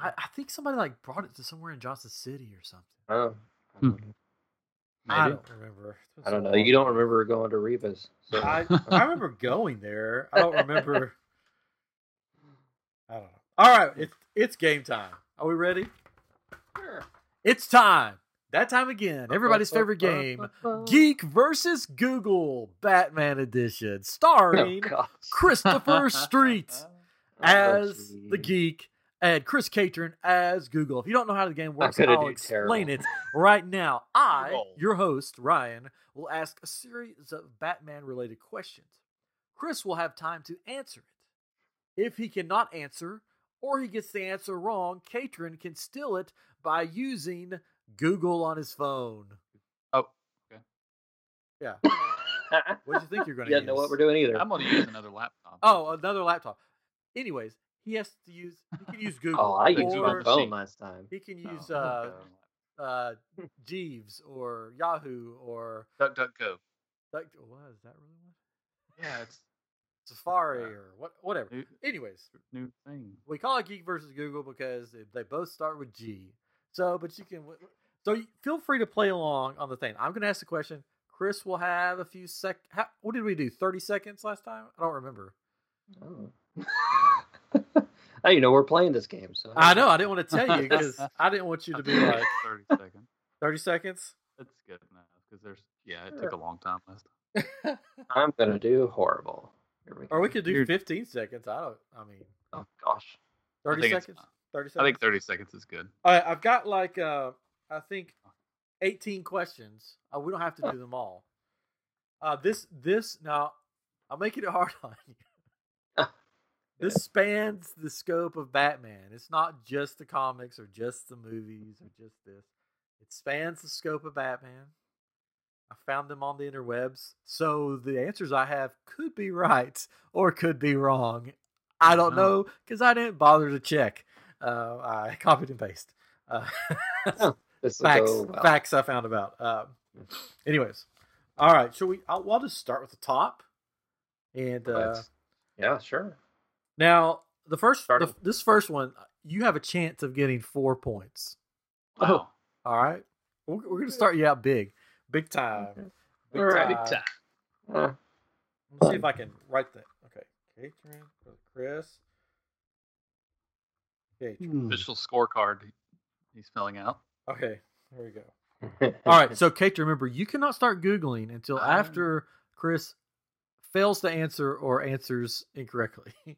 I, I think somebody like brought it to somewhere in Johnson City or something.
I don't, I
Hmm.
don't know.
I
Maybe.
don't remember. It's been
I
so
don't know.
long.
You don't remember going to Reba's. So.
I, I remember going there. I don't remember. I don't know. All right, it's it's game time. Are we ready? It's time. That time again. Everybody's favorite game:
Oh,
Geek versus Google, Batman
Oh,
Edition, starring
gosh.
Christopher Street
Oh,
as the
geez.
geek and Chris Catron as Google. If you don't know how the game works,
gonna
I'll
do
explain it
terrible.
right now. I,
Roll.
your host, Ryan, will ask a series of Batman related questions. Chris will have time to answer it. If he cannot answer or he gets the answer wrong, Catron can steal it by using Google on his phone.
Oh, okay.
Yeah.
you
What do you think you're going to
don't know what we're doing either.
I'm going to use another laptop.
Oh, another laptop. Anyways, he has to use he can use Google.
oh, I
Google
used
on
or
my
the
phone
seat.
last time.
he can
No.
use uh, uh, Jeeves or Yahoo or
Duck, duck, go.
like, what is that really one?
Yeah, it's
Safari or what? Whatever.
new,
Anyways,
new thing.
we call it Geek versus Google because they- they both start with G. So, but you can so you- feel free to play along on the thing. I'm going to ask the question. Chris will have a few sec. How, what did we do? Thirty seconds last time? I don't remember.
Oh. now you Oh. know we're playing this game. So
I know. I didn't want to tell you because I didn't want you to be like
30 seconds.
thirty seconds.
That's good enough because there's, yeah, it took a long time last time.
I'm gonna do horrible. Here we go.
Or we could do
You're-
15 seconds. I don't, I mean,
Oh gosh.
30
think it's
seconds?
fine.
30 seconds?
I think 30 seconds is good.
All right, I've got like, uh, I think 18 questions. Uh, we don't have to do them all. Uh, this, this, now, I'm making it hard on you. this spans the scope of Batman. It's not just the comics or just the movies or just this. It spans the scope of Batman. I found them on the interwebs. So the answers I have could be right or could be wrong. I don't know
Uh-huh.
because I didn't bother to check. Uh, I copied and pasted uh,
This will
facts,
go well.
facts I found about. Uh, anyways, all right. So we, I'll, well, I'll just start with the top. And uh,
Let's- Yeah, sure.
now the first,
Start
the,
it.
this first one, you have a chance of getting four points.
Oh.
Wow.
All right, we're, we're gonna start you out big, big time. Big
All right.
time.
Big time.
Uh,
Let's see if I can write that. Okay. Catron, Chris. Catron.
Hmm.
Official scorecard he's filling out.
Okay, here we go. All right, so Catron, remember, you cannot start Googling until
Ah.
after Chris fails to answer or answers incorrectly.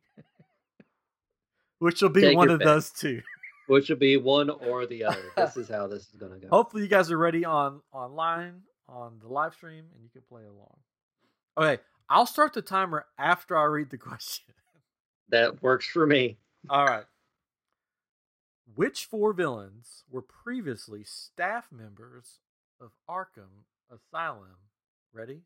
Which will be
Take
one
your
of
pick.
those two.
Which will be one or the other. This is how this is gonna go.
Hopefully, you guys are ready on online on the live stream, and you can play along. Okay, I'll start the timer after I read the question.
That works for me.
All right. Which four villains were previously staff members of Arkham Asylum? Ready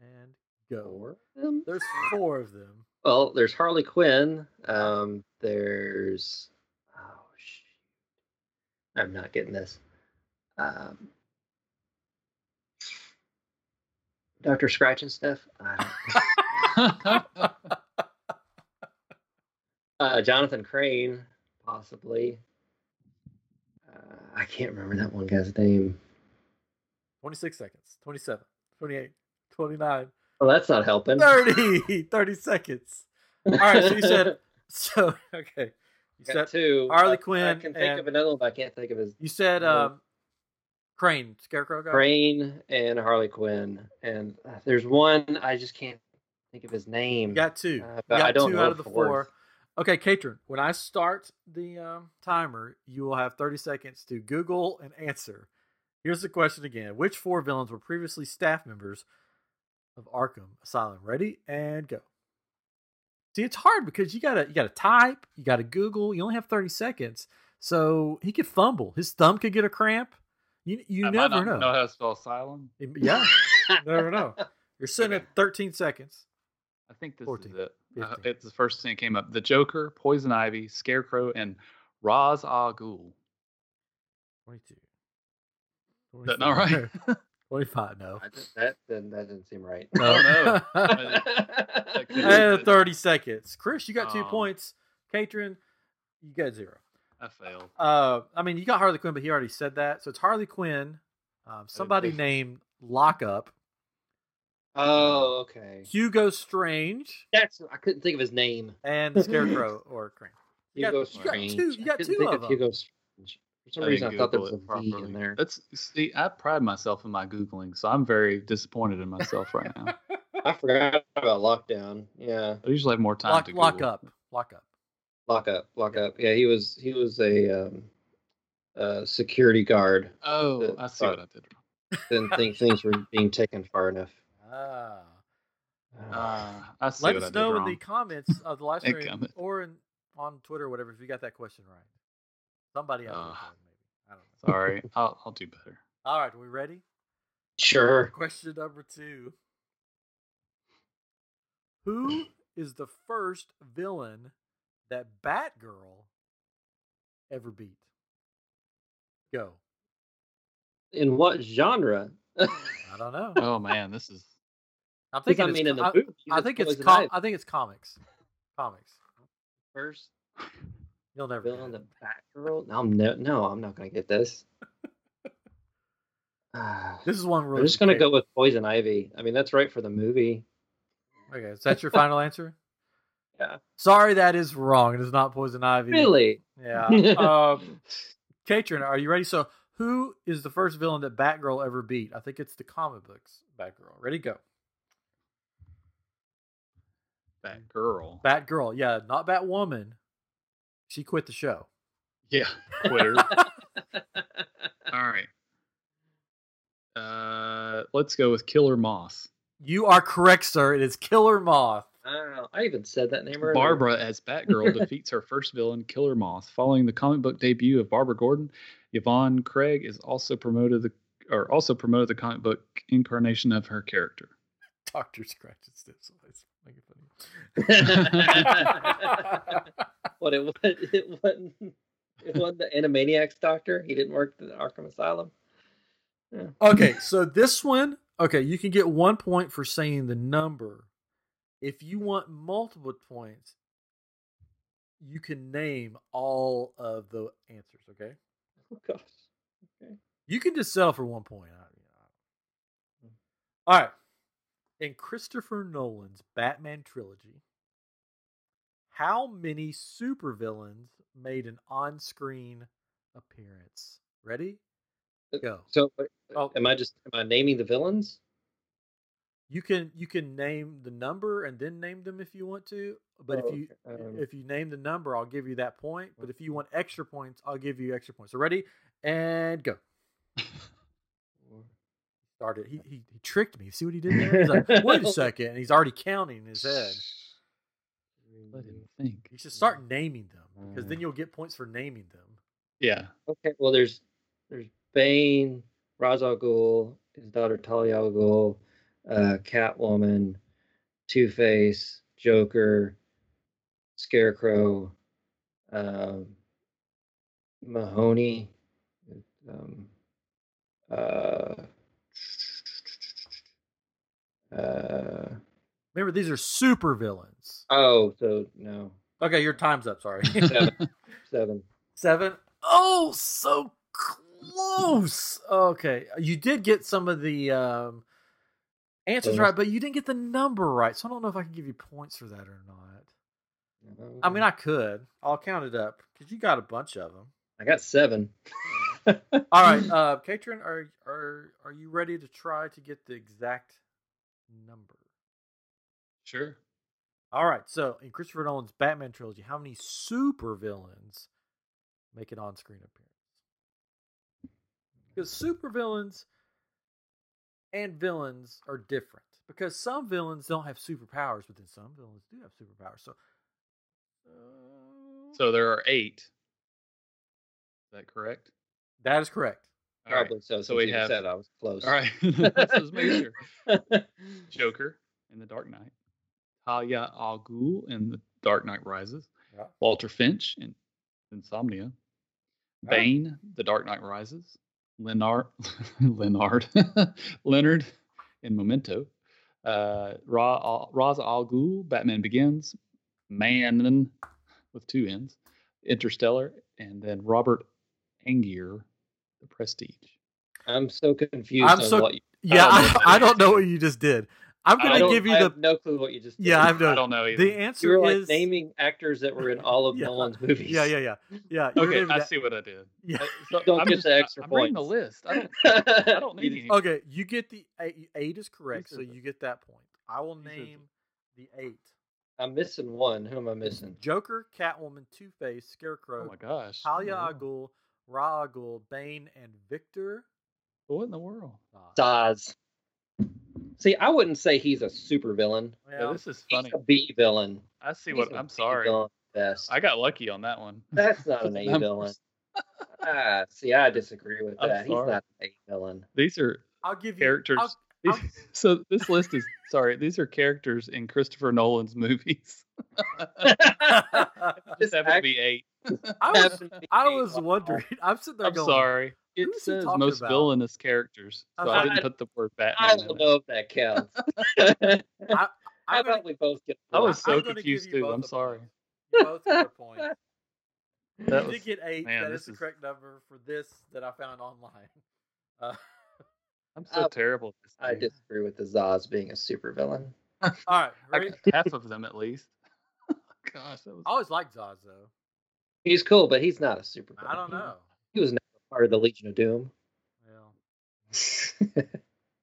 and go.
Four of them?
There's four of them.
Well, there's Harley Quinn. Um, there's oh sh- I'm not getting this. Um, Doctor Scratch and stuff. I don't- uh, Jonathan Crane, possibly. Uh, I can't remember that one guy's name.
26 seconds, 27, 28, 29,
Well, that's not helping.
30, 30 seconds. All right, so you said, so, okay. You
Got
said,
two.
Harley
I- I
Quinn
can
and-
think of another one, but I can't think of his
you said, um, Crane, Scarecrow guy?
Crane and Harley Quinn. And uh, there's one I just can't think of his name.
You got two.
Uh,
You
but I
got
don't
two
know
out of the
fourth.
four. Okay, Katrin, when I start the um, timer, you will have 30 seconds to Google and answer. Here's the question again Which four villains were previously staff members of Arkham Asylum? Ready and go. See, it's hard because you gotta you gotta type, you gotta Google. You only have 30 seconds, so he could fumble. His thumb could get a cramp. You you
I might
never
not
know.
know how to spell asylum.
Yeah, you never know. You're sitting at 13 seconds.
I think this
14,
is it. Uh,
15.
it's the first thing that came up. The Joker, Poison Ivy, Scarecrow, and Raz Al Ghul.
22.
Is that not right?
25, no.
I just, that then that didn't seem right.
Oh,
no.
no.
and 30 seconds. Chris, you got two
Oh.
points. Katrin, you got zero.
I failed.
Uh, I mean, you got Harley Quinn, but he already said that. So it's Harley Quinn, um, somebody
think-
named Lockup,
oh, okay.
Hugo Strange,
That's I couldn't think of his name.
and Scarecrow or Crane. You got-
Hugo
you got
Strange.
two- you got
I couldn't
two
think
of
of
them.
Hugo Strange. For some
I
reason, I
didn't
thought there was a
Google
V
it
in
properly.
there.
That's see, I pride myself in my googling, so I'm very disappointed in myself right now.
I forgot about lockdown. Yeah,
I usually have more time
Lock,
to
lock
Google.
up. Lock up.
lock up, lock up. Yeah, he was he was a um, uh, security guard.
Oh, I see what I did.
Didn't think things were being taken far enough.
Ah.
Uh, I see
Let
what I
us
did
know in
wrong.
the comments of the live
Thank
stream
comment.
or in, on Twitter or whatever if you got that question right. Somebody else.
Uh,
maybe. I don't know.
Sorry, I'll, I'll do better.
All right, are we ready?
Sure.
Question number two. Who is the first villain that Batgirl ever beat? Go.
In what genre?
I don't know.
Oh man, this is
I'm thinking
Because I mean,
it's,
in the
I,
movie,
I think it's
Poison
com-
Ivy
I think it's comics. Comics.
first
You'll never.
villain,
get
the
it.
Batgirl. No, I'm no, no, I'm not gonna get this. Ah,
This is one. Really
I'm just gonna go with Poison Ivy. I mean, that's right for the movie.
Okay, is that your final answer?
Yeah.
Sorry, that is wrong. It is not Poison Ivy.
Really?
Yeah. um, Katrin, are you ready? So, who is the first villain that Batgirl ever beat? I think it's the comic books. Batgirl. Ready? Go.
that girl.
Batgirl. Yeah, not Batwoman. She quit the show.
yeah, quitter. All right. Uh, let's go with Killer Moss.
You are correct, sir. It is Killer Moth.
Wow, I even said that name earlier.
Barbara as Batgirl defeats her first villain, Killer Moth. Following the comic book debut of Barbara Gordon, Yvonne Craig is also promoted the or also promoted the comic book incarnation of her character.
Doctor scratches this. It's making
what
funny.
it was? It wasn't. It wasn't the Animaniacs doctor. He didn't work at the Arkham Asylum.
Okay, so this one, okay, you can get one point for saying the number. If you want multiple points, you can name all of the answers, okay?
Oh gosh.
You can just sell for one point. I- you know, I- All right. In Christopher Nolan's Batman trilogy, how many supervillains made an on screen appearance? Ready? Go.
So, wait,
Oh.
am I just am I naming the villains?
You can you can name the number and then name them if you want to. But
Oh,
if you
okay. Um, oh,
if you name the number, I'll give you that point. But if you want extra points, I'll give you extra points. So ready and go. Started. He he, he tricked me. See what he did there? He's like, wait a second, and he's already counting in his head.
Let him think.
You should start naming them because
Mm.
then you'll get points for naming them.
Yeah.
Okay. Well, there's there's Bane, Ra's al Ghul, his daughter Talia al Ghul, uh, Catwoman, Two Face, Joker, Scarecrow, um, Mahoney, um, uh, uh,
Remember, these are super villains.
oh, so no,
Okay, your time's up. Sorry.
seven, seven.
Seven. Oh, so close. Okay. You did get some of the um, answers
Bonus.
right, but you didn't get the number right. So I don't know if I can give you points for that or not. I
Mm.
mean, I could. I'll count it up because you got a bunch of them.
I got seven.
All right. Uh, Katrin, are, are, are you ready to try to get the exact number?
Sure.
All right. So in Christopher Nolan's Batman trilogy, how many super villains make an on-screen appearance? Because super villains and villains are different. Because some villains don't have superpowers, but then some villains do have superpowers. So, uh,
So there are eight. Is that correct?
that is correct.
All right.
Probably
So
so. since
we
you
have-
said I was close.
All right. Let's just make sure. Joker in The Dark Knight, Talia al Ghul in The Dark Knight Rises,
Yeah.
Walter Finch in Insomnia, Bane, The Dark Knight Rises, Leonard, Leonard, Leonard in Memento, uh, Ra, al, Ra's al Ghul, Batman Begins, Manon with two N's, Interstellar, and then Robert Angier, The Prestige.
I'm so confused.
I'm
on
so-
What you,
Yeah,
I don't
I,
know.
I don't know what you just did. I'm
I
going to
don't-
give you
Oh, I
the.
have no clue what you just. Did.
Yeah, I've
I
done.
don't know either.
The
You
answer
were like
is
naming actors that were in all of
Yeah.
Nolan's movies.
yeah, yeah, yeah, yeah. you were
okay,
naming
I
that-
see what I did.
Yeah.
Uh, so
Don't
I'm
get the
I-
extra
I'm reading the
points.
list. I don't, I don't need any. Oh
Okay, you get the eight, eight is correct,
This
so
is a-
you get that point. I will
This is a-
name the eight:
I'm missing one. Who am I missing?
Joker, Catwoman, Two Face,
Oh
Scarecrow,
my gosh.
Talia al
What in the
Ghul,
world?
Ra al Ghul, Bane, and Victor.
What in the world?
Zod.
Daz. See, I wouldn't say he's a super villain.
Yeah,
Well,
this is
He's
funny.
a B villain.
I see
He's
what.
a
I'm
B
sorry.
villain at best.
I got lucky on that one.
That's not an
The
A villain.
numbers.
Ah, see, I disagree with
I'm
that. He's
sorry.
not an A villain.
These are
I'll give you
characters.
I'll- I'll-
so this list is sorry. These are characters in Christopher Nolan's movies.
I
Just
This
happen to be eight.
was,
Happened to
I
be
was wondering. I'm sitting there
I'm
going,
sorry. It
Who's he
says
talking
most
about?
villainous characters, so I,
I-
didn't put the word Batman.
I
in
don't
it.
know if that counts. How
I'm gonna,
about we both get?
I was
I- I'm gonna
so
give
confused
you
too.
both
I'm
a
sorry.
point. you both get a point.
That
you
was-
did get eight.
man,
that
this
is the
is-
correct number for this that I found online. Uh,
I'm so
I-
terrible. at this
I
thing.
disagree with the Zaz being a super villain.
all right,
I
ready?
got half of them at least. Gosh, that was
I always liked Zaz though.
He's cool, but he's not a super villain.
I don't
Mm.
know.
He was never part of the Legion of Doom.
Well,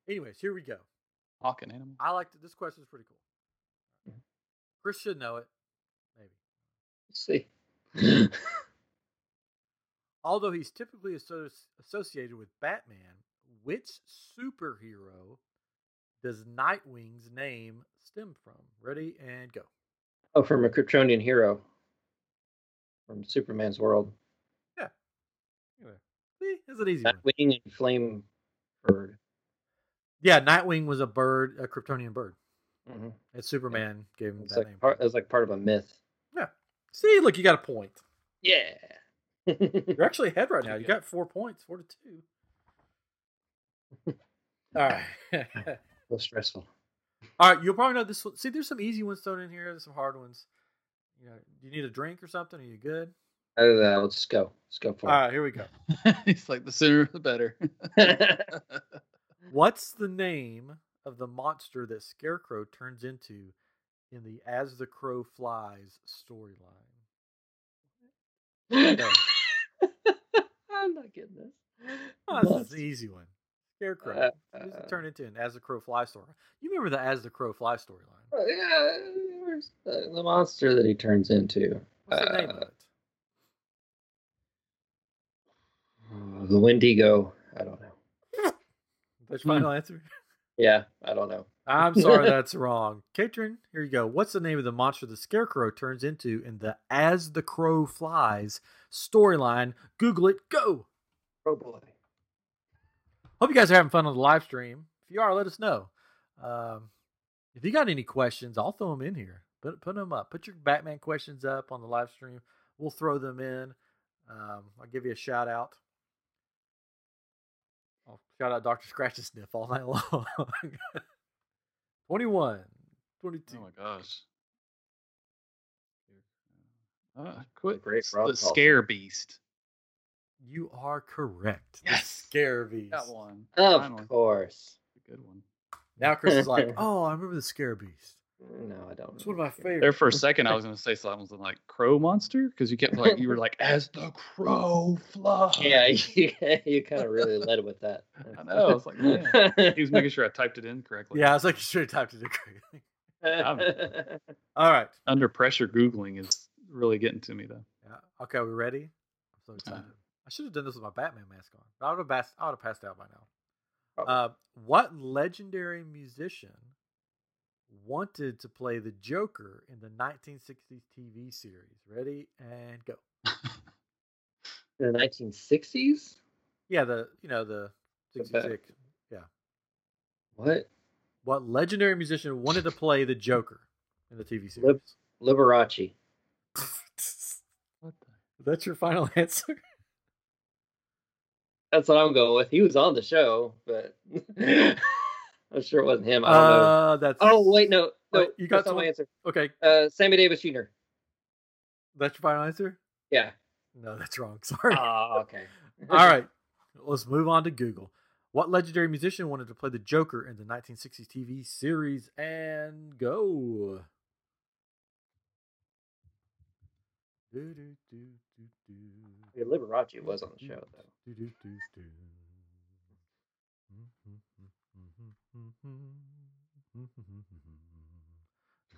anyways, here we go.
talking animal.
I liked it. This question's pretty cool.
Mm-hmm.
Chris should know it, maybe.
see,
Although he's typically asso- associated with Batman, which superhero does Nightwing's name stem from? Ready and go.
oh, from a Kryptonian hero from Superman's world.
Anyway, see, this is an easy one.
Nightwing and Flame Bird.
Yeah, Nightwing was a bird, a Kryptonian bird.
Mm-hmm.
And Superman gave him
It's
that
like
name.
part, it's like part of a myth.
See, look, you got a point.
Yeah.
You're actually ahead right now.
Pretty
You
good.
got four points, four to two. All right.
so stressful.
All right, you'll probably know this one. See, there's some easy ones thrown in here. There's some hard ones. You know, do you need a drink or something? Are you good?
Other than that, let's just go. Let's go for
All right, here we go.
it's like the sooner the better.
it.
What's the name of the monster that Scarecrow turns into in the As the Crow Flies storyline?
I'm not getting this.
Oh, this is
Monster.
an easy one. Scarecrow.
Uh,
What does
uh,
it turn into an As the Crow Flies story? You remember the As the Crow Flies storyline?
uh, yeah, where's the, the monster that he turns into?
What's the name of
Uh,
it?
Uh, The Wendigo. I don't know.
That's
Hmm.
your final answer.
Yeah, I don't know.
I'm sorry, that's wrong. Katrin, here you go. What's the name of the monster the Scarecrow turns into in the As the Crow Flies storyline? Google it. Go.
Oh boy.
Hope you guys are having fun on the live stream. If you are, let us know. Um, if you got any questions, I'll throw them in here. Put put them up. Put your Batman questions up on the live stream. We'll throw them in. Um, I'll give you a shout out. I'll shout out Doctor Scratch and Sniff all night long. 21, 22.
oh my gosh. Uh, quit.
great
s-
Rob
the
Paulson.
scare beast.
You are correct. The
Yes.
Scarabees.
That one.
Of
Finally,
course.
a good one.
Now Chris is like, oh, I remember the Scarabees.
No, I don't.
It's one of my
remember.
favorites.
There for a second, I was going to say something like crow monster because you kept like you were like as the crow flies.
Yeah, you, you kind of really led with that.
I know, I was like, man. he was making sure I typed it in correctly.
Yeah, I was like, you should have typed it in correctly. All right.
Under pressure, Googling is really getting to me, though.
Yeah. Okay, we ready? I'm so excited. I should have done this with my Batman mask on. I would have passed. I would have passed out by now. Uh, what legendary musician wanted to play the Joker in the 1960s TV series? Ready and go.
In the 1960s?
Yeah, the you know the
The bat.
66.
What?
What legendary musician wanted to play the Joker in the TV series?
Lip- Liberace.
What the?
That's your final answer.
That's what I'm going with. He was on the show, but I'm sure it wasn't him. I don't know.
Uh, that's
Oh wait, no, no,
wait, you
you
got
got that's not
someone-
my answer.
Okay,
Uh, Sammy Davis Jr.
that's your final answer.
Yeah.
No, that's wrong. Sorry.
Oh, okay.
All right, let's move on to Google. What legendary musician wanted to play the Joker in the 1960s TV series? And go. Do, do, do, do, do.
Yeah, Liberace was on the show though.
Mm-hmm,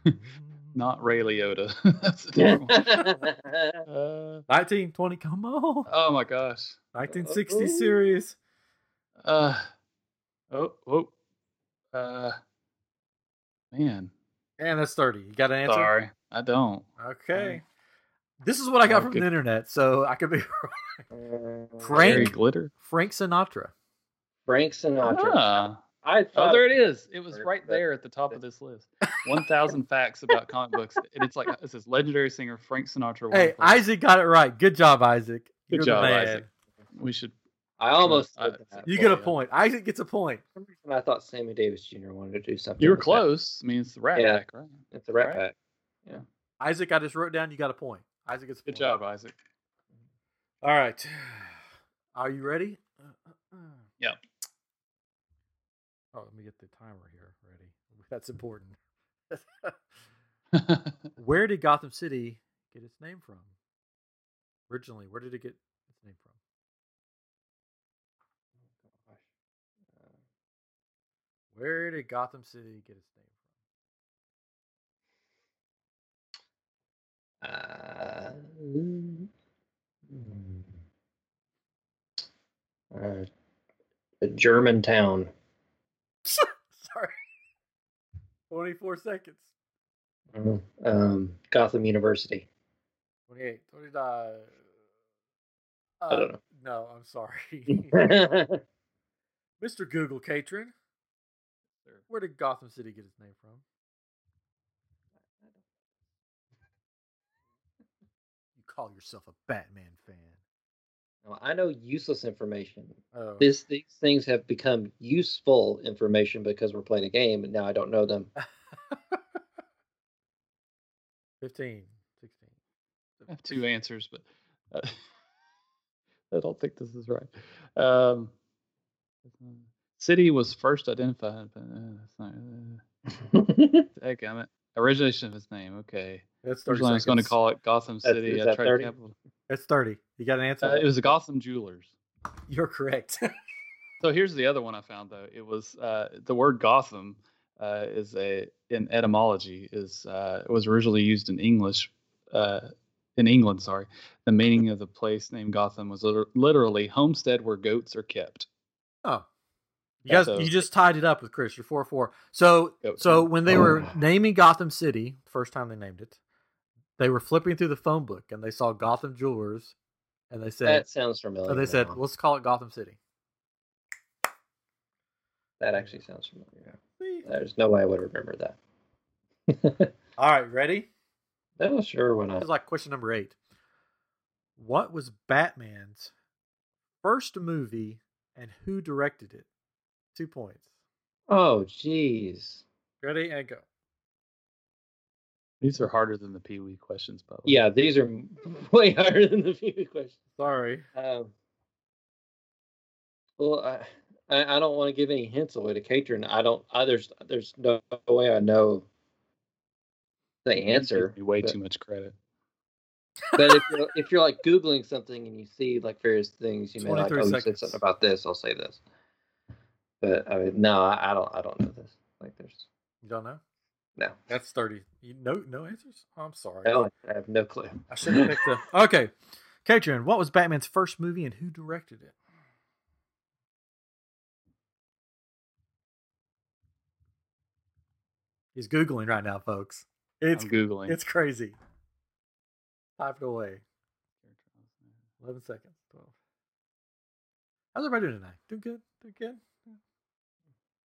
mm-hmm.
Not Ray Liotta. That's a different one. Uh,
1920, come on.
oh my gosh.
1960 series.
Uh, oh, oh. Uh, man.
And that's 30. You got an answer?
Sorry, I don't.
Okay. This is what I got from the
Okay.
internet, so I could be
Uh,
Harry
Frank
Glitter.
Frank Sinatra.
Frank Sinatra.
Ah.
I
Oh,
thought
there it is. It was
Or-
right
but-
there at the top of this list. 1,000 facts about comic books. And it's like, it says legendary singer Frank Sinatra. won
Hey,
for-
Isaac got it right. Good job, Isaac.
Good
You're the
job,
man.
Isaac. We should.
I almost
Uh,
did that.
You get a
Yeah.
point. Isaac gets a point.
For some reason, I thought Sammy Davis Jr. wanted to do something.
You were
with that.
close. I mean, it's the Rat
Yeah.
Pack, right?
It's a Rat
Right?
Pack.
Isaac, I just wrote down you got a point. Isaac gets a
Good
point.
job, Isaac.
All right. Are you ready?
Yep.
Oh, let me get the timer here ready. That's important. where did Gotham City get its name from? Originally, where did it get its name from? Oh, Where did Gotham City get its name from?
Uh, mm, uh, a German town.
Sorry. 24 seconds.
Um, Gotham University.
28, 29. Uh,
don't know.
No, I'm sorry.
Gotham
Mr. Google Catron, where did Gotham City get its name from? You call yourself a Batman fan.
Now, I know useless information.
Oh.
This, these things have become useful information because we're playing a game, and now I don't know them.
15, 16.
I have two answers, but uh, I don't think this is right. Um, city was first identified. But, uh, it's not, uh, dadgummit. Origination of his name. Okay.
That's 30
Originally, I was going to
seconds.
call it Gotham
That's-
City.
is
I
that
tried
30?
capital.
That's 30. You got an answer?
Uh, it was the Gotham Jewelers.
You're correct.
So here's the other one I found though. It was uh, the word Gotham uh, is a in etymology is uh, was originally used in English uh, in England. Sorry, the meaning of the place named Gotham was liter- literally homestead where goats are kept.
oh. You
Yeah,
guys,
so-
you just tied it up with Chris. You're four four. So,
Go-
so when they were naming Gotham City, first time they named it, they were flipping through the phone book and they saw Gotham Jewelers, and they said,
that sounds familiar.
So they said,
now.
let's call it Gotham City.
that actually sounds familiar.
See?
There's no way I would remember that.
All right, ready?
no, sure, why not?
This is like question number eight. What was Batman's first movie and who directed it? Two points.
Oh, jeez.
Ready and go.
These are harder than the Pee Wee questions, by the way.
Yeah, these are m- way harder than the few questions.
Sorry.
Um, well, I, I I don't want to give any hints away to Katrin. I don't. I, there's there's no way I know the
You give
answer.
me Way
but,
too much credit.
but if you're, if you're like googling something and you see like various things, you may like
23
oh, you said
seconds.
something about this. I'll say this. But I mean, no, I, I don't. I don't know this. Like there's
You don't know?
No.
That's thirty. You, no, no answers. Oh, I'm sorry.
No, I have no clue.
I should have picked the. Okay, Katrin, what was Batman's first movie and who directed it? He's googling right now, folks. It's
I'm googling.
it's crazy. Type it away. Eleven seconds. Twelve. How's everybody doing tonight? Doing good. Doing good.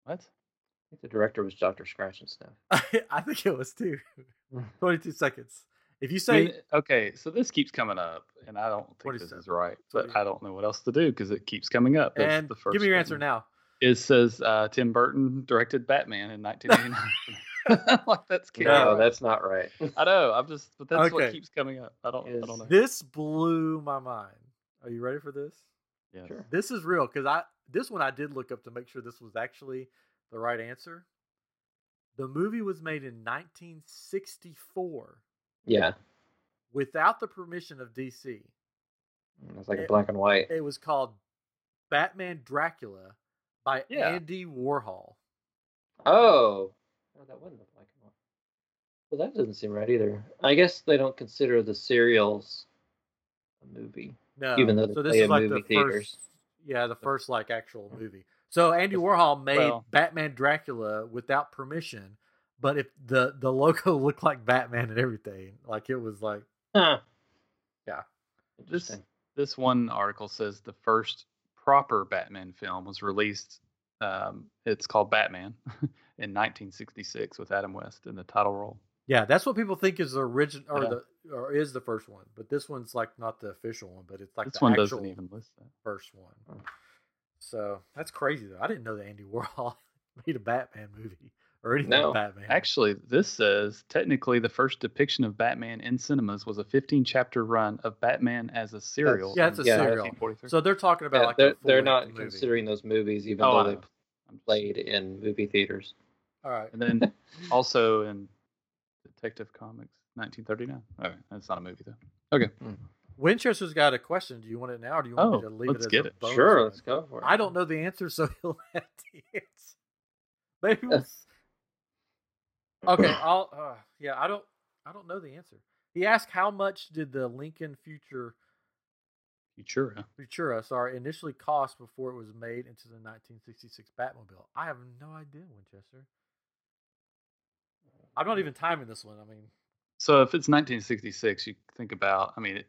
what?
I think the director was Doctor Scratch and Sniff.
I, I think it was two. Twenty-two seconds. If you
I
say
mean, okay, so this keeps coming up, and I don't think this
27.
is right, but
27.
I don't know what else to do because it keeps coming up. It's
and
the first
give me your
one.
answer now.
It says uh, Tim Burton directed Batman in 1989. like that's
No,
kidding. right?
that's not right.
I know. I'm just, but that's what
Okay.
keeps coming up. I don't. I
Is
don't know.
This blew my mind. Are you ready for this?
Yes.
Sure.
This is real because I this one I did look up to make sure this was actually the right answer. The movie was made in 1964
Yeah,
without the permission of DC.
it was like
It-
a black and white.
It was called Batman Dracula by
Yeah.
Andy Warhol.
Oh, no, that wasn't a black and white. Well, that doesn't seem right either. I guess they don't consider the serials a movie.
No,
Even though they
so this
play
is
in
like
movie
the
theaters.
first, yeah, the first like actual movie. So Andy Warhol made
Well-
Batman Dracula without permission, but if the the logo looked like Batman and everything, like it was like
Huh.
Yeah.
This
Interesting.
this one article says the first proper Batman film was released. Um, it's called Batman in 1966 with Adam West in the title role.
yeah, that's what people think is the original or
Yeah.
the or is the first one, but this one's like not the official one, but it's like
this
the
one
actual
doesn't even list that.
first one. So that's crazy though. I didn't know that Andy Warhol made a Batman movie or anything
No.
Batman.
Actually, this says technically the first depiction of Batman in cinemas was a 15 chapter run of Batman as a serial.
yeah, it's a
in
Yeah.
serial.
1943.
so they're talking about
Yeah,
like a
they're, they're
full-length
not
movie.
considering those movies, even
Oh, I
though they
know. I'm just-
played in movie theaters.
All right.
And then also in Detective Comics 1939. Oh, that's not a movie, though.
Winchester's got a question. Do you want it now, or do you want me
Oh,
to leave it as
let's get
a
it.
bonus?
Sure,
one?
let's go for it.
I don't know the answer, so he'll have the answer. Maybe we'll. s- okay, I'll. Uh, yeah, I don't. I don't know the answer. He asked how much did the Lincoln Future
Futura.
Futura, sorry, initially cost before it was made into the 1966 Batmobile. I have no idea, Winchester. I'm not even timing this one. I mean,
So if it's 1966, you think about. I mean, it,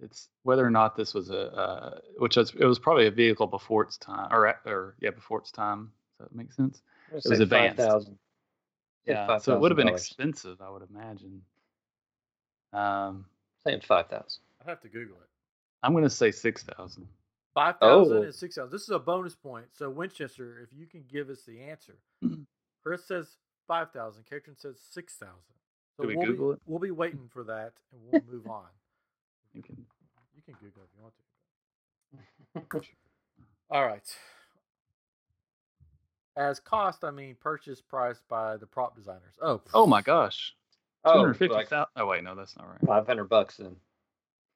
it's whether or not this was a, uh, which was it was probably a vehicle before its time, or at- or yeah, before its time. Does that make sense?
It
was advanced.
Say
Yeah. So it would have been
$5,000.
expensive, I would imagine. Um,
Saying five thousand.
I'd have to Google it.
I'm gonna say six thousand.
Five thousand
Oh.
and six thousand. This is a bonus point. So Winchester, if you can give us the answer,
Mhm.
Chris says five thousand. Katrin says six thousand. So
Do we
will
Google
be,
it?
We'll be waiting for that, and we'll move on. You can Google it if you want to. All right. As cost, I mean purchase price by the prop designers. Oh,
Oh my gosh, two
Oh,
hundred fifty
like
thousand. Oh wait, no, that's not right.
five hundred bucks then.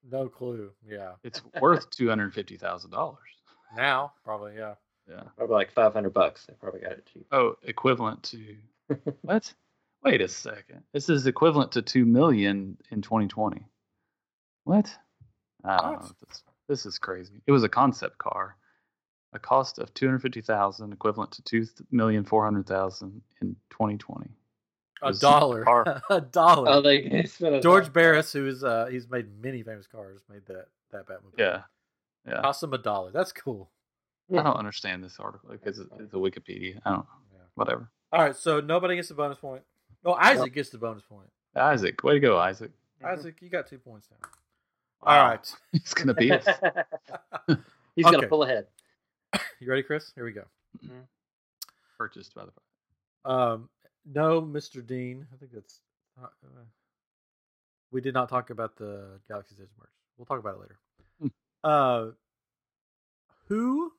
no clue. Yeah,
It's worth two hundred fifty thousand dollars.
now probably yeah.
Yeah.
Probably like five hundred bucks. They probably got it cheap.
Oh, equivalent to what? Wait a second. This is equivalent to two million in 2020. What? I don't
What?
know. This, this is crazy. It was a concept car, a cost of 250,000, equivalent to two million four hundred thousand in 2020.
A
This is
dollar,
our-
a dollar.
Oh, they they spent a
George Barris, who is uh, he's made many famous cars, made that that Batmobile.
Yeah, yeah.
cost him a dollar. That's cool.
I don't understand this article because it's, it's a Wikipedia. I don't. know.
Yeah.
Whatever.
All right, so nobody gets the bonus point. Oh, Isaac gets the bonus point.
Isaac, way to go, Isaac.
Mhm.
Isaac, you got two points now. All right,
He's gonna beat us.
He's
Okay.
gonna pull ahead.
you ready, Chris? Here we go.
Purchased by the.
Um, no, Mr. Dean. I think that's. Uh, uh, we did not talk about the Galaxy's Edge merch. We'll talk about it later.
Hmm.
Uh, who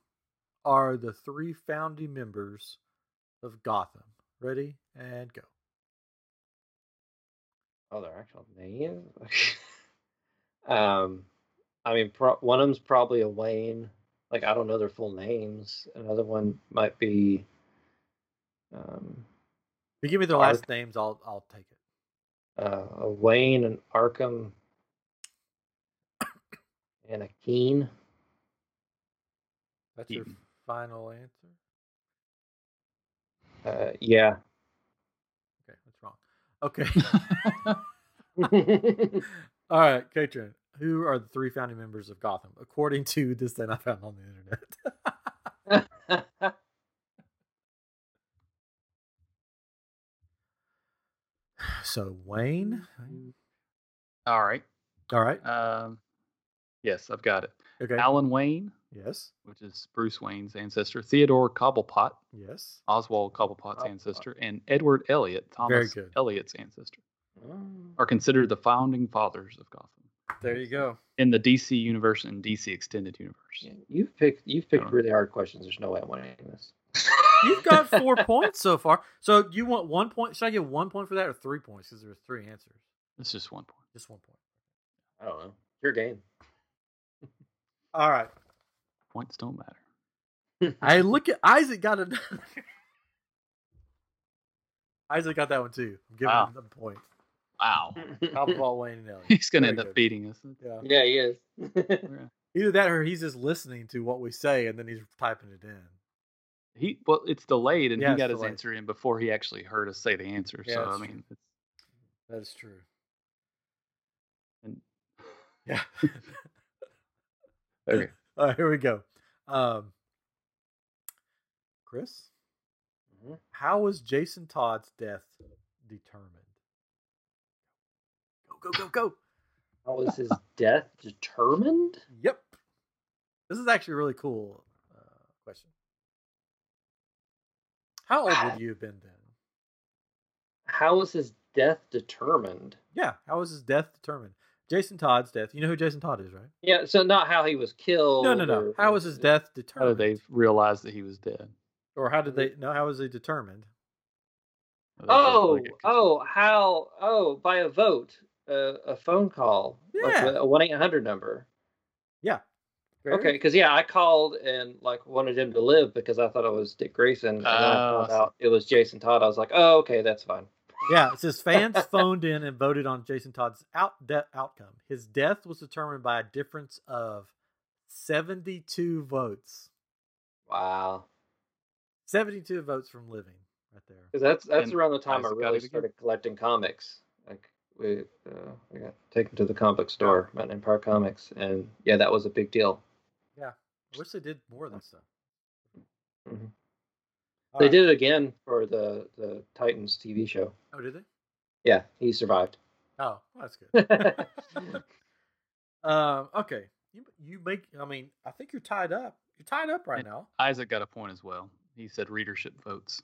are the three founding members of Gotham? Ready and go.
Oh, their actual name. um, I mean, pro- one of them's probably a Wayne. Like I don't know their full names. Another one might be. Um,
If you give me their
Arc.
last names, I'll I'll take it.
Uh, a Wayne and Arkham and a Keen.
That's your
Keaton.
final answer.
Uh, yeah.
Okay, that's wrong. Okay, all right, Katrin. Who are the three founding members of Gotham according to this thing I found on the internet? so Wayne.
All right.
All right.
Um, yes, I've got it.
Okay.
Alan Wayne,
yes.
which is Bruce Wayne's ancestor, Theodore Cobblepot,
Yes.
Oswald Cobblepot's
Cobblepot.
ancestor, and Edward Elliot, Thomas
good.
Elliot's ancestor, are considered the founding fathers of Gotham
There you go.
in the DC universe and DC extended universe.
you've picked you've
Yeah.
picked really hard questions. There's no way I'm winning this.
You've got four points so far. So you want one point? Should I get one point for that or three points? Because there were three answers.
It's just one point.
Just one point.
I don't know. Your game.
All right.
Points don't matter.
I look at Isaac got a. Isaac got that one too. I'm giving
Wow.
him the point.
Wow.
Top of all, Wayne and Elliot.
He's going to
Very
end up
good.
beating us.
Yeah.
yeah, he is.
We're-
Either that or he's just listening to what we say and then he's typing it in.
He well, it's delayed, and
Yeah,
he
it's
got his
delayed.
answer in before he actually heard us say the answer.
Yeah,
so
that's
I
true.
mean, it's,
That is true.
And-
yeah.
Okay.
All right, here we go. Um, Chris,
Mhm.
how was Jason Todd's death determined? Go, go, go, go.
How was his death determined?
Yep. This is actually a really cool uh, question. How old would you have been then?
How was his death determined?
Yeah. How was his death determined? Jason Todd's death. You know who Jason Todd is, right?
Yeah, so not how he was killed.
No, no, no.
or-
How was his death
how
determined?
they realized that he was dead.
or how did they? No, how was he determined?
That's how
Oh,
they get confused.
oh, how? Oh, by a vote, uh, a phone call,
Yeah.
like a one eight hundred number. Okay,
Very-
because yeah, I called and like wanted him to live because I thought it was Dick Grayson. And then I
Oh, I
found
see.
out it was Jason Todd. I was like, oh, okay, that's fine.
Yeah, it says fans phoned in and voted on Jason Todd's out de- outcome. His death was determined by a difference of seventy-two votes.
Wow,
Seventy-two votes from living, right there.
because that's that's
And
around the time I
Isaac got
really
it again.
started collecting comics. Like we, uh, we got taken to the comic book store, Mountain Empire Comics, and yeah, that was a big deal.
I wish they did more of that stuff.
Mhm.
All
they
right.
did it again for the the Titans TV show.
Oh, did they?
Yeah, he survived.
Oh, well, that's good. um, okay, you you make. I mean, I think you're tied up. You're tied up right
And-
now.
Isaac got a point as well. He said readership votes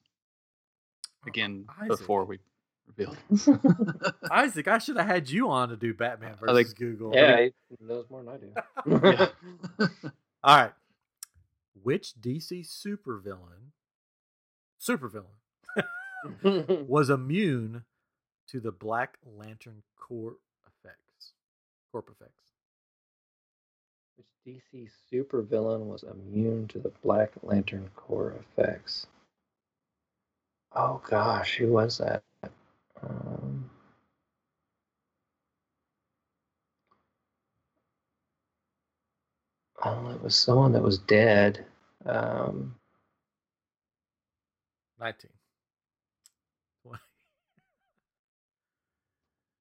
again
Oh, Isaac.
before we revealed. this. I
Isaac, I should have had you on to do Batman
I
versus
think-
Google.
yeah, he knows more than I do.
All right. Which DC supervillain supervillain was immune to the Black Lantern core effects? Corp effects.
Which DC supervillain was immune to the Black Lantern core effects? Oh gosh, who was that? Um, oh, it was someone that was dead. Um,
19.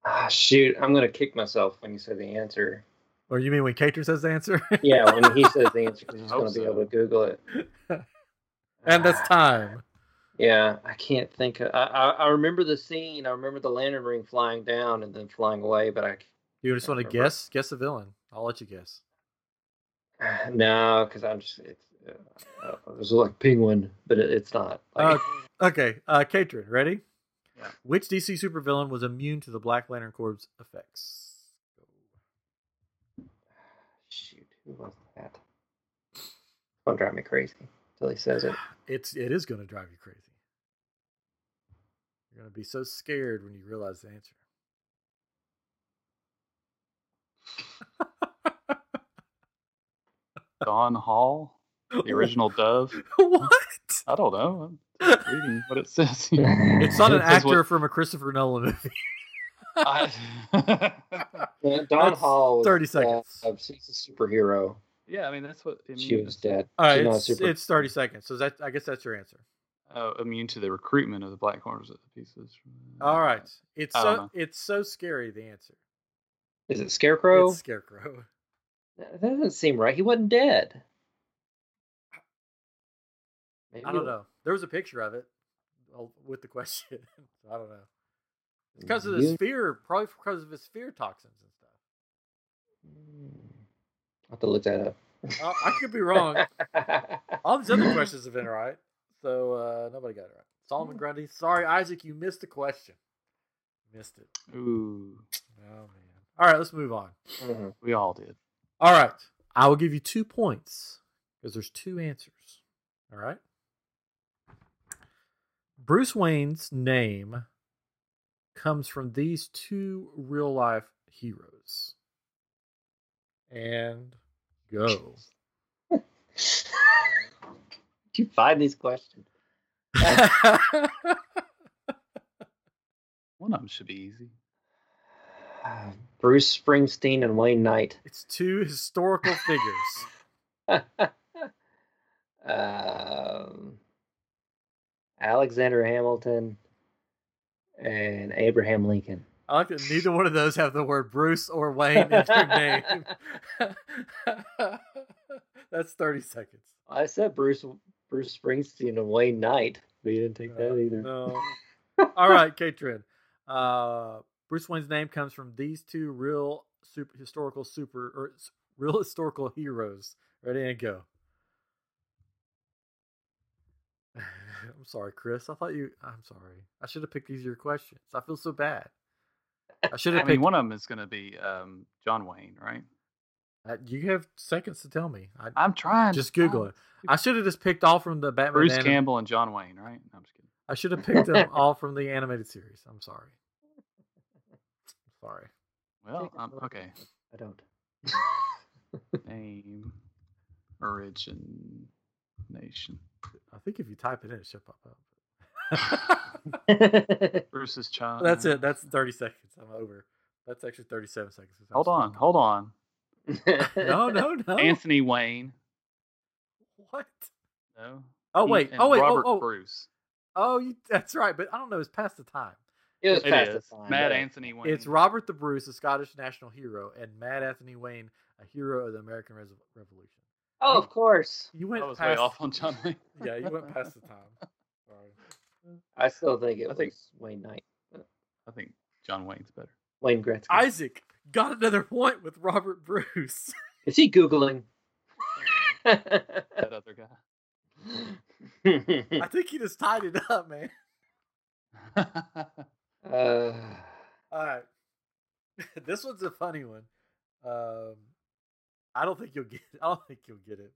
ah, shoot, I'm gonna kick myself when you say the answer.
Or you mean when Cater says the answer?
Yeah, when he says the answer, because he's
I hope
gonna be
so.
able to Google it.
and that's
Ah.
time.
Yeah, I can't think. Of, I, I I remember the scene. I remember the lantern ring flying down and then flying away. But I
You just want to
Remember.
guess? Guess the villain. I'll let you guess.
c- no, because I'm just it's. Uh, uh, it was like penguin, but it, it's not. Like,
Okay, uh Catrin, ready?
Yeah.
Which DC supervillain was immune to the Black Lantern Corp's effects?
shoot, who was that? It's gonna drive me crazy until he says it.
It's it is going to drive you crazy. You're going to be so scared when you realize the answer.
Don Hall, the original Dove.
what?
I don't know. reading what it says here.
It's not an
It says
actor
what-
from a Christopher Nolan movie.
I-
Yeah, Don
That's
Hall. Was
30 seconds.
dead. Uh, She's a superhero.
yeah, I mean that's what immune
She was dead.
All right,
She's not a
it's, it's thirty seconds. So that I guess that's your answer.
Oh, immune to the recruitment of the black horns of the pieces.
All right, it's
I don't
so
know.
it's so scary. The answer.
Is it Scarecrow?
It's Scarecrow.
That that doesn't seem right. He wasn't dead. Maybe
I
he-
don't know. There was a picture of it uh, with the question. I don't know. It's because of
Yeah.
the fear, probably because of his fear toxins and stuff.
I'll have to look that up.
Uh, I could be wrong. All these other questions have been right, so uh, nobody got it right. Solomon Grundy. Sorry, Isaac, you missed the question. Missed it.
Ooh,
Oh man. All right, let's move on.
Mhm.
we all did.
All right, I will give you two points because there's two answers. All right. Bruce Wayne's name comes from these two real life heroes. And go.
Did you find these questions?
One of them should be easy.
Uh, Bruce Springsteen and Wayne Knight.
it's two historical figures.
um, Alexander Hamilton and Abraham Lincoln.
I like that neither one of those have the word Bruce or Wayne in their name. That's 30 seconds.
I said Bruce Bruce Springsteen and Wayne Knight, but you didn't take
Uh,
that either.
No. All right, Katrin. Uh, Bruce Wayne's name comes from these two real super historical super or s- real historical heroes. Ready and go. I'm sorry, Chris. I thought you. I'm sorry. I should have picked easier questions. I feel so bad. I should have
I mean,
picked.
one of them is going to be um, John Wayne, right?
uh, you have seconds to tell me. I,
I'm trying. to
just Google
find-
it. I should have just picked all from the Batman.
Bruce
anim-
Campbell and John Wayne, right? No, I'm just kidding.
I should have picked them all from the animated series. I'm sorry. Sorry.
Well,
Jacob
um,
Blake.
okay.
I don't.
Name, origin, nation.
I think if you type it in, it should pop up.
Bruce's child.
That's it. That's 30 seconds. I'm over. That's actually 37 seconds.
Hold on, hold on.
No, no, no.
Anthony Wayne.
What?
No.
Oh
He
wait.
and
Oh wait.
Robert
oh, oh,
Bruce.
oh you, that's right. But I don't know. It's past the time.
It was
It
past
is
the time.
Mad
but-
Anthony Wayne.
It's Robert the Bruce, a Scottish national hero, and Mad Anthony Wayne, a hero of the American Res- Revolution.
Oh, of course.
You
I
went
was way
past.
off on John Wayne.
yeah, you went past the time. Sorry.
I still think it
I
was
think-
Wayne Knight.
I think John Wayne's better.
Wayne Gretzky.
Isaac got another point with Robert Bruce.
Is he googling?
That other
I think he just tied it up, man.
guy.
uh,
All right. this one's a funny one. Um, I don't think you'll get. I don't think you'll get it.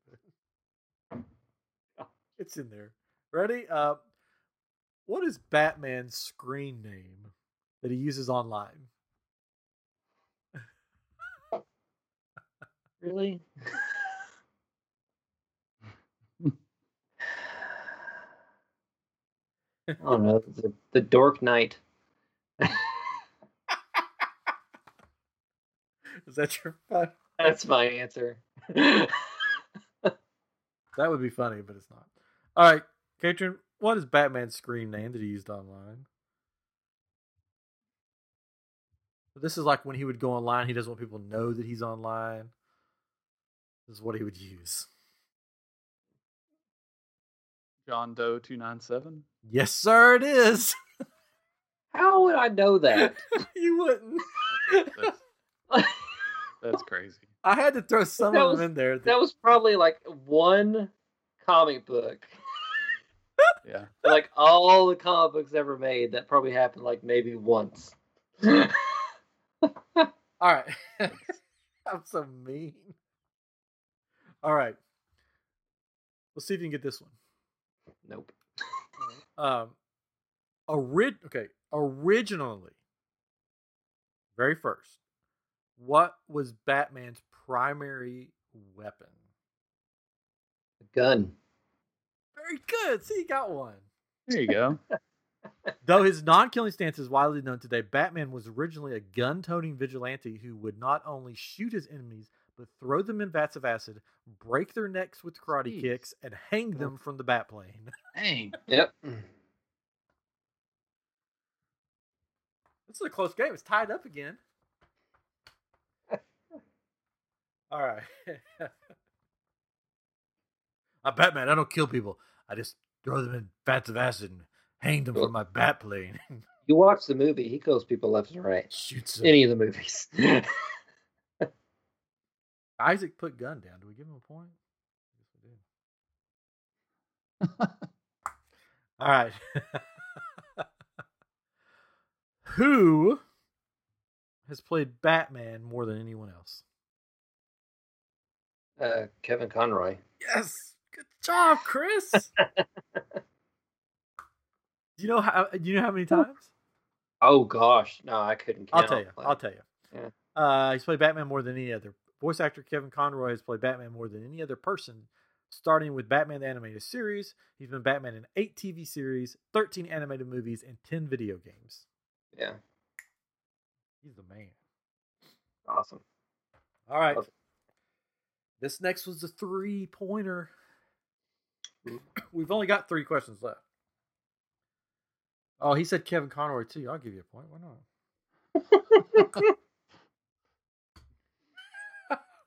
It's in there. Ready? Uh, what is Batman's screen name that he uses online?
really? oh no, the, the Dork Knight.
Is that your? Fun?
That's my answer. I
That would be funny, but it's not. All right, Katrin. What is Batman's screen name that he used online? This is like when he would go online. He doesn't want people to know that he's online. This is what he would use.
John Doe two nine seven.
Yes, sir, it is.
How would I know that?
you wouldn't.
That's, that's crazy.
I had to throw some
That
of
was-
them in there.
that was probably like one comic book.
Yeah.
Like all the comic books ever made, that probably happened like maybe once.
All right. I'm so mean. All right. Let's see if you can get this one.
nope.
Um, orig- okay, originally, very first, what was Batman's primary weapon?
Gun.
Very good. See, you got one.
There you go.
Though his non killing stance is widely known today, Batman was originally a gun toting vigilante who would not only shoot his enemies, but throw them in vats of acid, break their necks with karate
Jeez.
kicks, and hang them from the Batplane.
Dang.
Yep.
This is a close game. It's tied up again. All right. I'm Batman. I don't kill people. I just throw them in vats of acid and hang them from my bat plane and
You watch the movie, he kills people left and right.
shoots them.
Any of the movies.
Isaac put gun down. Do we give him a point? Yes, we did. All right. Who has played Batman more than anyone else?
uh, Kevin Conroy.
Yes. Good job, Chris. Do you know how uh, do you know how many times?
Oh gosh, no, I couldn't count.
I'll tell you.
Like,
I'll tell you.
Yeah.
Uh, he's played Batman more than any other. Voice actor Kevin Conroy has played Batman more than any other person, starting with Batman the Animated Series. He's been Batman in eight TV series, 13 animated movies, and 10 video games.
Yeah,
He's the man.
awesome.
All right.
Okay.
This next was a three pointer.
Mm.
We've only got three questions left. Oh, he said Kevin Conroy too. I'll give you a point. Why not?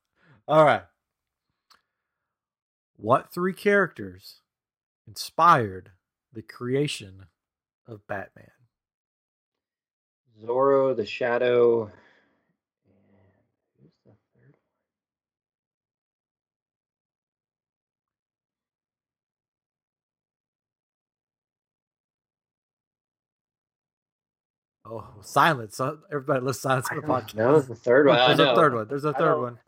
All right. What three characters inspired the creation of Batman?
Zorro, the Shadow. and Who's the third?
Oh, silence. Huh? Everybody, let's silence on the
I don't
podcast.
know the third one. I
There's a
know.
third one. There's a
I
third
don't-
one.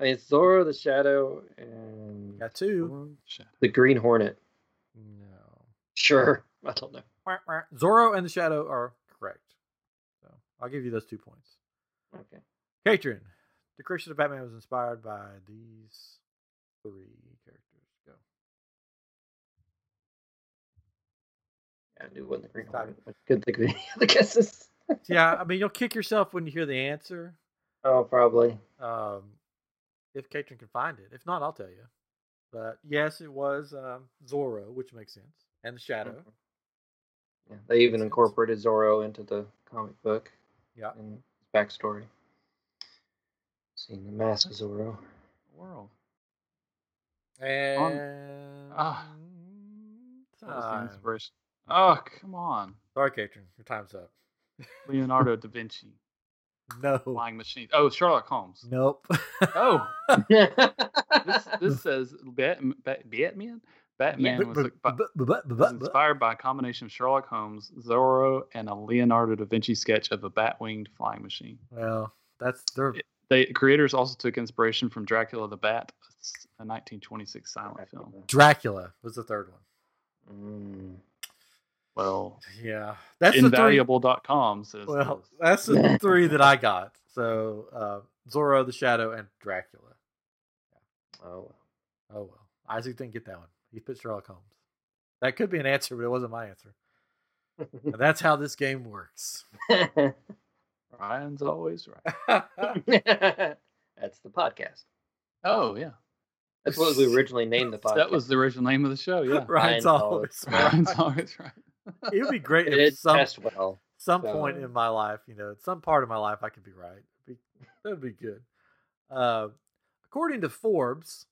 I mean, it's Zorro, the Shadow, and
Got two.
Shadow.
the Green Hornet.
No.
Sure, I don't know.
Wah, wah. Zorro and the Shadow are correct. So I'll give you those two points.
Okay.
Katrin, the creation of Batman was inspired by these three characters. Go.
I knew one the Green
Stop.
Hornet. I couldn't think of any other guesses.
yeah, I mean, you'll kick yourself when you hear the answer.
Oh, probably.
Um, if Katrin can find it. If not, I'll tell you. But yes, it was um, Zorro, which makes sense, and the Shadow.
Mhm. Yeah, they even
sense.
incorporated Zorro into the comic book
Yeah.
and his backstory. Seeing the mask of Zorro.
World.
And
Mm-hmm. Ah. That was the
time.
inspiration. Oh, come on.
Sorry, Katrin, your time's up.
Leonardo da Vinci.
No.
Flying machine. Oh, Sherlock Holmes.
Nope.
Oh, this,
yeah,
this says Bat, Bat, Batman. Batman was,
B-
by-
b- b- b- b-
was
b-
inspired by a combination of Sherlock Holmes, Zorro, and a Leonardo da Vinci sketch of a bat-winged flying machine.
Well, that's their
It- They creators also took inspiration from Dracula the Bat, a 1926 silent film.
Dracula was the third one.
Mm.
Well,
Yeah, that's
invaluable.com
the
says
three. Well,
this.
that's the three that I got. So uh, Zorro, the Shadow, and Dracula.
Oh,
Oh well, Isaac didn't get that one. He put Sherlock Holmes. That could be an answer, but it wasn't my answer. And that's how this game works.
well.
Ryan's always right.
That's the podcast.
Oh yeah,
That's what we originally named the podcast.
that was the original name of the show. Yeah,
Ryan's
Ryan's
always
always
right.
Ryan's always right.
It would be great
it
if
did
some
test well.
some
So-
point in my life, you know, at some part of my life, I could be right. It'd be- That'd be good. Uh, according to Forbes,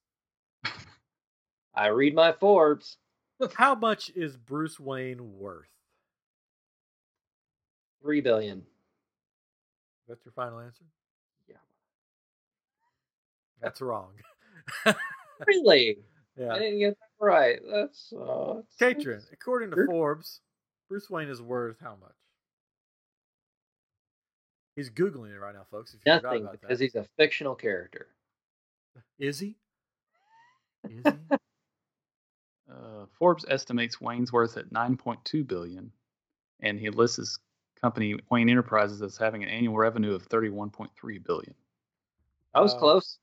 I read my Forbes.
how much is Bruce Wayne worth?
Three billion.
That's your final answer?
Yeah.
That's wrong.
Really? I
Yeah.
didn't get that right. That's uh
Katrin, according to
Sure.
Forbes, Bruce Wayne is worth how much? He's Googling it right now, folks. If you forgot
Nothing
about
because
that.
he's a fictional character.
Is he? Is he?
Uh, Forbes estimates Wayne's worth at 9.2 billion, and he lists his company Wayne Enterprises as having an annual revenue of 31.3 billion.
I was
Wow.
close.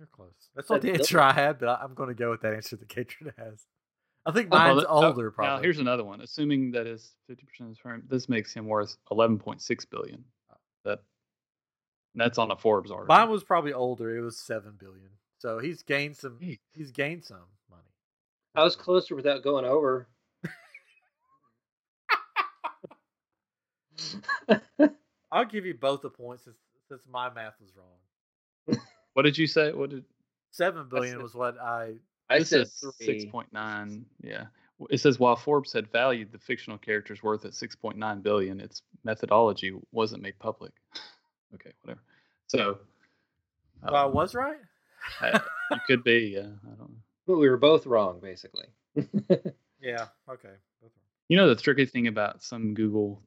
You're close. That's not the
That's dope.
answer I had, but I, I'm going to go with that answer that Katrin has. I think mine's
that- oh,
older, probably.
Now here's another one. Assuming that is fifty percent of his firm, this makes him worth eleven point six billion. That and that's on a Forbes article.
Mine was probably older. It was seven billion. So he's gained some.
Jeez.
He's gained some money.
I was closer without going over.
I'll give you both the points since, since my math was wrong.
What did you say? What did
Seven billion
said-
was what I.
I
this
said
is six
three.
point nine? Yeah. It says while Forbes had valued the fictional character's worth at six point nine billion, its methodology wasn't made public. okay, whatever. So I
Well, I
don't know.
was right.
you could be. Yeah, I don't know.
But we were both wrong, basically.
Yeah. Okay.
You know the tricky thing about some Google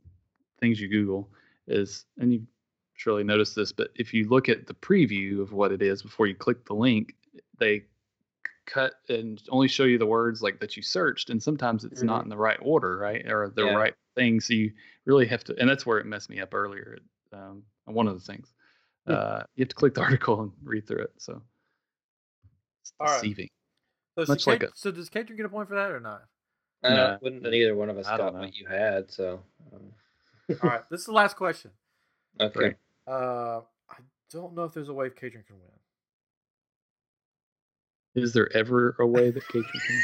things you Google is, and you surely noticed this, but if you look at the preview of what it is before you click the link, they cut and only show you the words like that you searched, and sometimes it's not in the right order, right, or the
Yeah.
right thing. So you really have to, and that's where it messed me up earlier. Um, and one of the things
Hmm.
uh, you have to click the article and read through it. So it's
All right.
deceiving.
So,
Much
so,
like
Kat-
a-
so does Katrin get a point for that or not?
I don't-
Nah. mm,
wouldn't that either one of us
I don't
got
know.
what you had, so um,
All right. This is the last question.
okay.
Right.
Uh, I don't know if there's a way Katrin can win.
Is there ever a way that Kate can?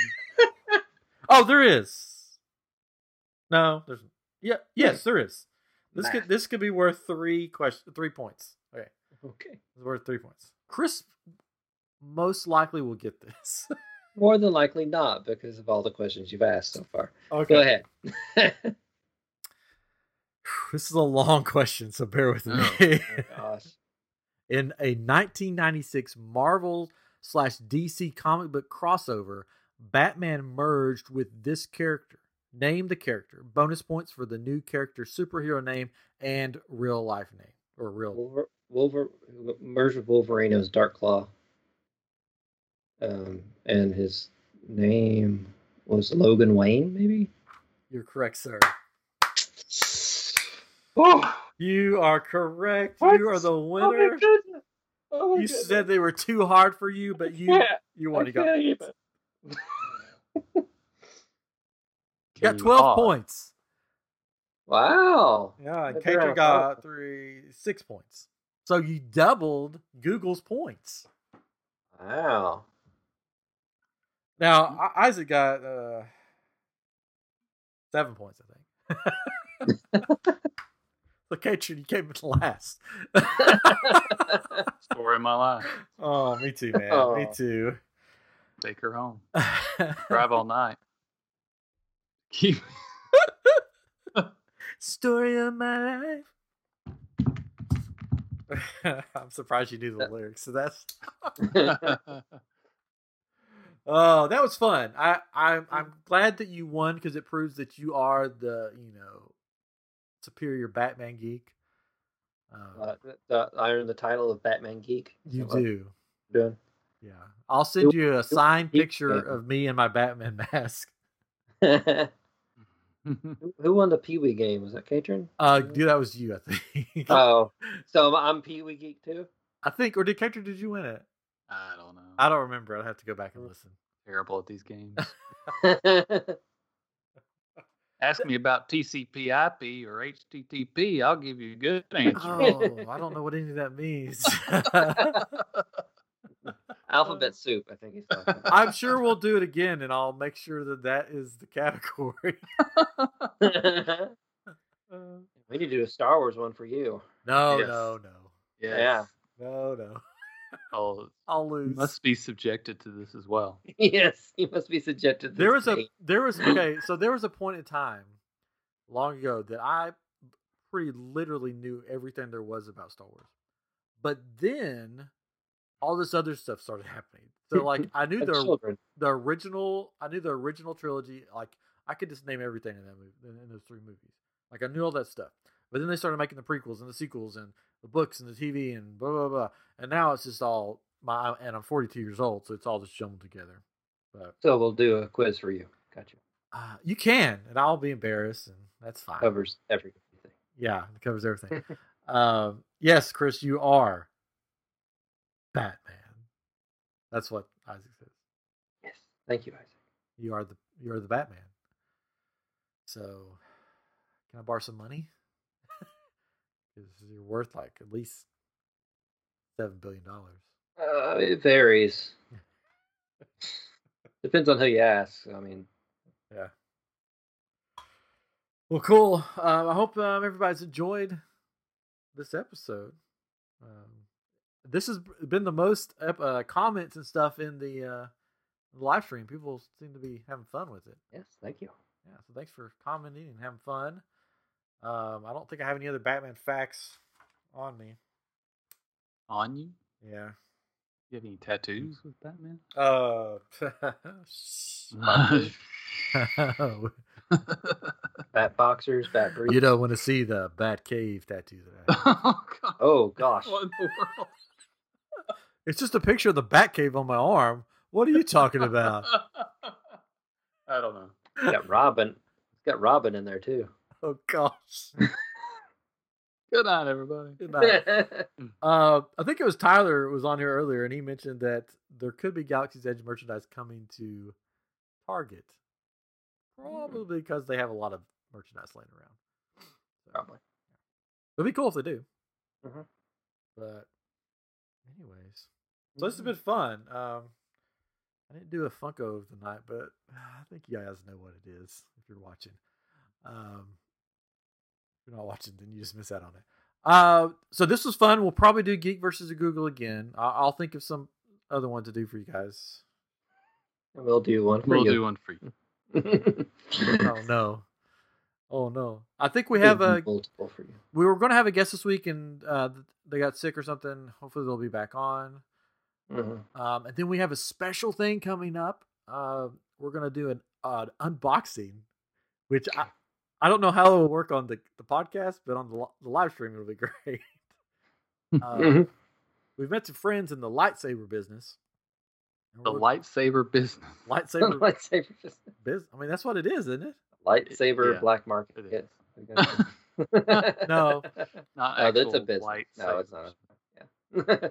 Oh, there is. No, there's. Yeah. Yes, there is. This could
Math.
this could be worth three question three points. Okay.
Okay.
It's worth three points. Chris most likely will get this.
More than likely not because of all the questions you've asked so far.
okay. Oh,
Go ahead.
This is a long question, so bear with me.
Oh,
Gosh.
In a 1996 Marvel slash DC comic book crossover, Batman merged with this character. Name the character. Bonus points for the new character superhero name and real life name or real.
Wolver, Wolver, merged with Wolverine. It was Dark Claw. Um, and his name was Logan Wayne, maybe.
You're correct, sir.
Oh,
You are correct.
What?
You are the winner.
Oh goodness! Oh
you said they were too hard for you, but you you won. You got, you got 12 points.
Wow.
Yeah, and
But they're
Cater
on
got
fire.
three six points. So you doubled Google's points.
Wow.
Now I- Isaac got uh, seven points, I think. so Cater, you came in last.
Story of my life.
oh, me too, man. Me
Oh.
too.
Take her home. Drive all night. Keep.
Story of my life. Uh, I'm surprised you knew the lyrics. So that's
Uh,
Oh, that was fun. I, I'm I'm glad that you won because it proves that you are the you know superior Batman geek. Um,
Uh, the, I earned the title of Batman Geek.
you
Is that what
do,
I'm doing?
yeah. I'll send you a signed
geek
picture
fan.
of me in my Batman mask.
Who- Who won the Pee Wee game? Was that Katrin?
Uh, dude, that was you, I think.
Oh, so I'm Pee Wee Geek too.
I think, or did Catcher? Did you win it?
I don't know.
I don't remember. I'd have to go back and listen.
terrible at these games. Ask me about TCP/IP or HTTP. I'll give you a good answer.
Oh, I don't know what any of that means.
Alphabet Soup, I think he's talking about.
I'm sure we'll do it again, and I'll make sure that that is the category.
we need to do a Star Wars one for you.
No,
Yes.
no, no,
Yeah.
no, no.
Oh,
I'll
you
lose.
must be subjected to this as well.
Yes, you must be subjected. To
there
this
was a
fate.
there was okay. So there was a point in time, long ago, that I pretty literally knew everything there was about Star Wars. But then, all this other stuff started happening. So like I knew
And
the
children.
the original. I knew the original trilogy. Like I could just name everything in that movie in, in those three movies. Like I knew all that stuff. But then they started making the prequels and the sequels and the books and the TV and blah blah blah. And now it's just all my and I'm 42 years old, so it's all just jumbled together. But
So we'll do a quiz for you. Gotcha.
uh, you can, and I'll be embarrassed, and that's fine.
Covers everything.
Yeah, it covers everything. um, yes, Chris, you are Batman. That's what Isaac says.
Yes. Thank you, Isaac.
You are the You're the Batman. So, can I borrow some money? Because you're worth like at least seven billion dollars.
Uh, it varies. Depends on who you ask. I mean,
Yeah. Well, cool. Um, I hope um, everybody's enjoyed this episode. Um, this has been the most ep- uh, comments and stuff in the uh, live stream. People seem to be having fun with it.
yes, thank you.
Yeah, so thanks for commenting and having fun. Um, I don't think I have any other Batman facts on me.
On you?
Yeah.
You have any tattoos with Batman?
Uh,
Bat boxers, bat briefs.
you don't want to see the Bat Cave tattoos. that I have.
oh God!
Oh gosh.
What in the world?
It's just a picture of the Batcave on my arm. What are you talking about?
I don't know.
It's got Robin. It's got Robin in there too.
oh gosh.
Good night, everybody.
Good night. Uh, I think it was Tyler was on here earlier, and he mentioned that there could be Galaxy's Edge merchandise coming to Target, Hmm. probably because they have a lot of merchandise laying around.
Probably.
It'd be cool if they do.
Mhm.
But, anyways, so this has been fun. Um, I didn't do a Funko of the night, but I think you guys know what it is if you're watching. Um, if you're not watching, then you just miss out on it. Uh, so this was fun. We'll probably do Geek versus a Google again. I- I'll think of some other one to do for you guys.
And we'll do one for
We'll do
you.
one for you.
Oh no, oh no! I think we have a
multiple for you.
we were going to have a guest this week, and uh, they got sick or something. Hopefully, they'll be back on.
Mhm.
Um, and then we have a special thing coming up. Uh, we're gonna do an, uh, an unboxing, which I, I don't know how it will work on the, the podcast, but on the, li- the live stream it'll be great. uh,
Mhm.
we've met some friends in the lightsaber business. And
The
we're-
lightsaber business.
lightsaber
lightsaber,
business. I mean, that's what it is, isn't it?
lightsaber
Yeah,
black market.
it
Yes.
is.
No.
Not
No, Oh, that's
actual
a business. No, it's
lightsabers.
not. Yeah.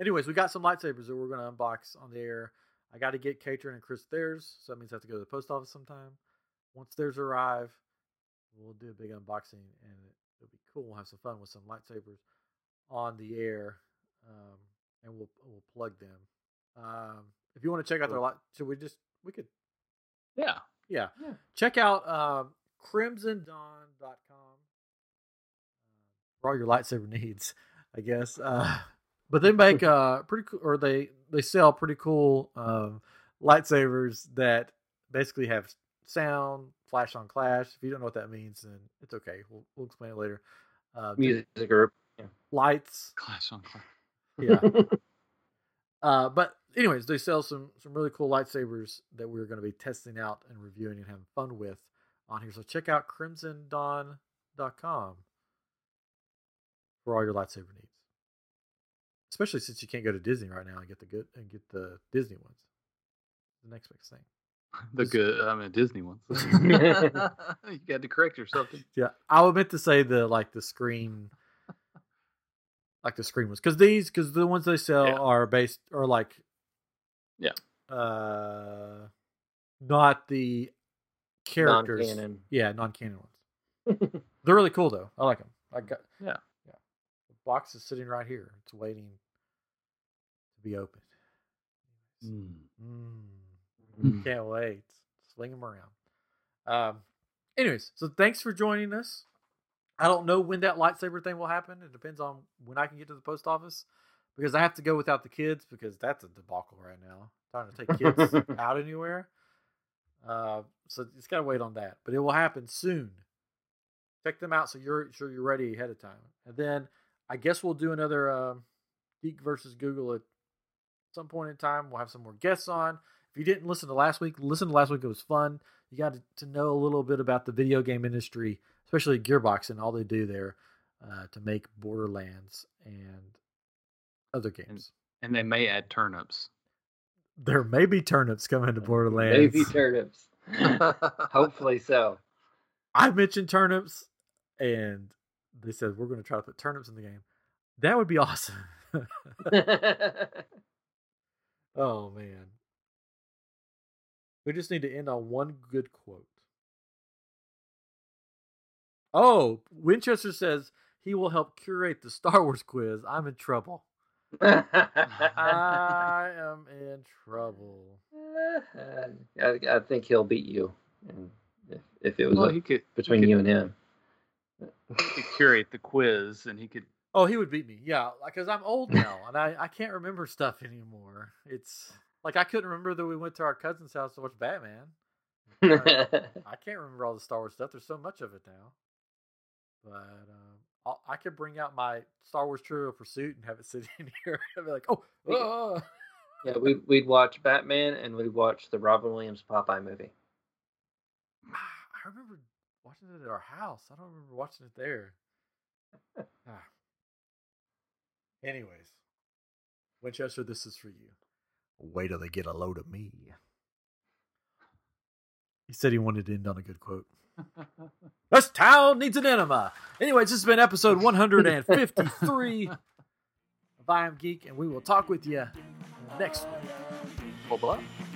Anyways, we got some lightsabers that we're gonna unbox on the air. I got to get Katrin and Chris theirs, so that means I have to go to the post office sometime. Once theirs arrive, we'll do a big unboxing, and it'll be cool. We'll have some fun with some lightsabers on the air, um, and we'll we'll plug them. Um, if you want to check out their light, should we just we could
Yeah.
yeah.
Yeah.
Check out um, crimsondawn.com for all your lightsaber needs, I guess. Uh, but they make uh, pretty cool, or they they sell pretty cool um, lightsabers that basically have sound, flash on clash. If you don't know what that means, then it's okay. We'll, we'll explain it later. Uh,
Music group.
lights,
Clash on clash.
yeah. Uh, but anyways, they sell some some really cool lightsabers that we're going to be testing out and reviewing and having fun with on here. So check out crimsondawn.com for all your lightsaber needs. Especially since you can't go to Disney right now and get the good and get the Disney ones. The next big thing.
The good, I mean, Disney ones. you had to correct yourself. didn't
Yeah, I was meant to say the like the screen, like the screen ones, because these because the ones they sell
Yeah.
are based are like,
Yeah.
uh, not the characters.
Non-canon.
Yeah, non-canon ones. They're really cool though. I like them. I got
Yeah.
yeah. The box is sitting right here. It's waiting to be opened.
you?
Hmm.
Mm.
Mm.
Can't wait. Sling them around. Um, anyways, so thanks for joining us. I don't know when that lightsaber thing will happen. It depends on when I can get to the post office because I have to go without the kids because that's a debacle right now. Trying to take kids out anywhere. Uh, so it's got to wait on that, but it will happen soon. Check them out so you're sure you're ready ahead of time. And then I guess we'll do another um, Geek versus Google at some point in time. We'll have some more guests on. If you didn't listen to last week, listen to last week. It was fun. You got to, to know a little bit about the video game industry, especially Gearbox and all they do there uh, to make Borderlands and other games.
And they may add turnips.
there may be turnips coming to Borderlands.
Baby turnips. Hopefully so.
I mentioned turnips, and they said we're going to try to put turnips in the game. That would be awesome. oh man, We just need to end on one good quote. Oh, Winchester says he will help curate the Star Wars quiz. I'm in trouble. I am in trouble.
I, I think he'll beat you, and if, if it was
Well,
up
he could
between
he could-
you and him.
he could curate the quiz, and he could.
Oh, he would beat me. Yeah, because I'm old now and I, I can't remember stuff anymore. It's like I couldn't remember that we went to our cousin's house to watch Batman. I can't remember all the Star Wars stuff. There's so much of it now. But um, I'll, I could bring out my Star Wars Trivial Pursuit and have it sitting here. I'd be like, oh,
We could-
uh."
yeah, we, we'd watch Batman and we'd watch the Robin Williams Popeye movie.
I remember watching it at our house. I don't remember watching it there. Ah. Anyways, Winchester, this is for you. Wait till they get a load of me. He said he wanted to end on a good quote. This town needs an enema. Anyways, this has been episode 153 of I Am Geek, and we will talk with you next week.
Well, blah.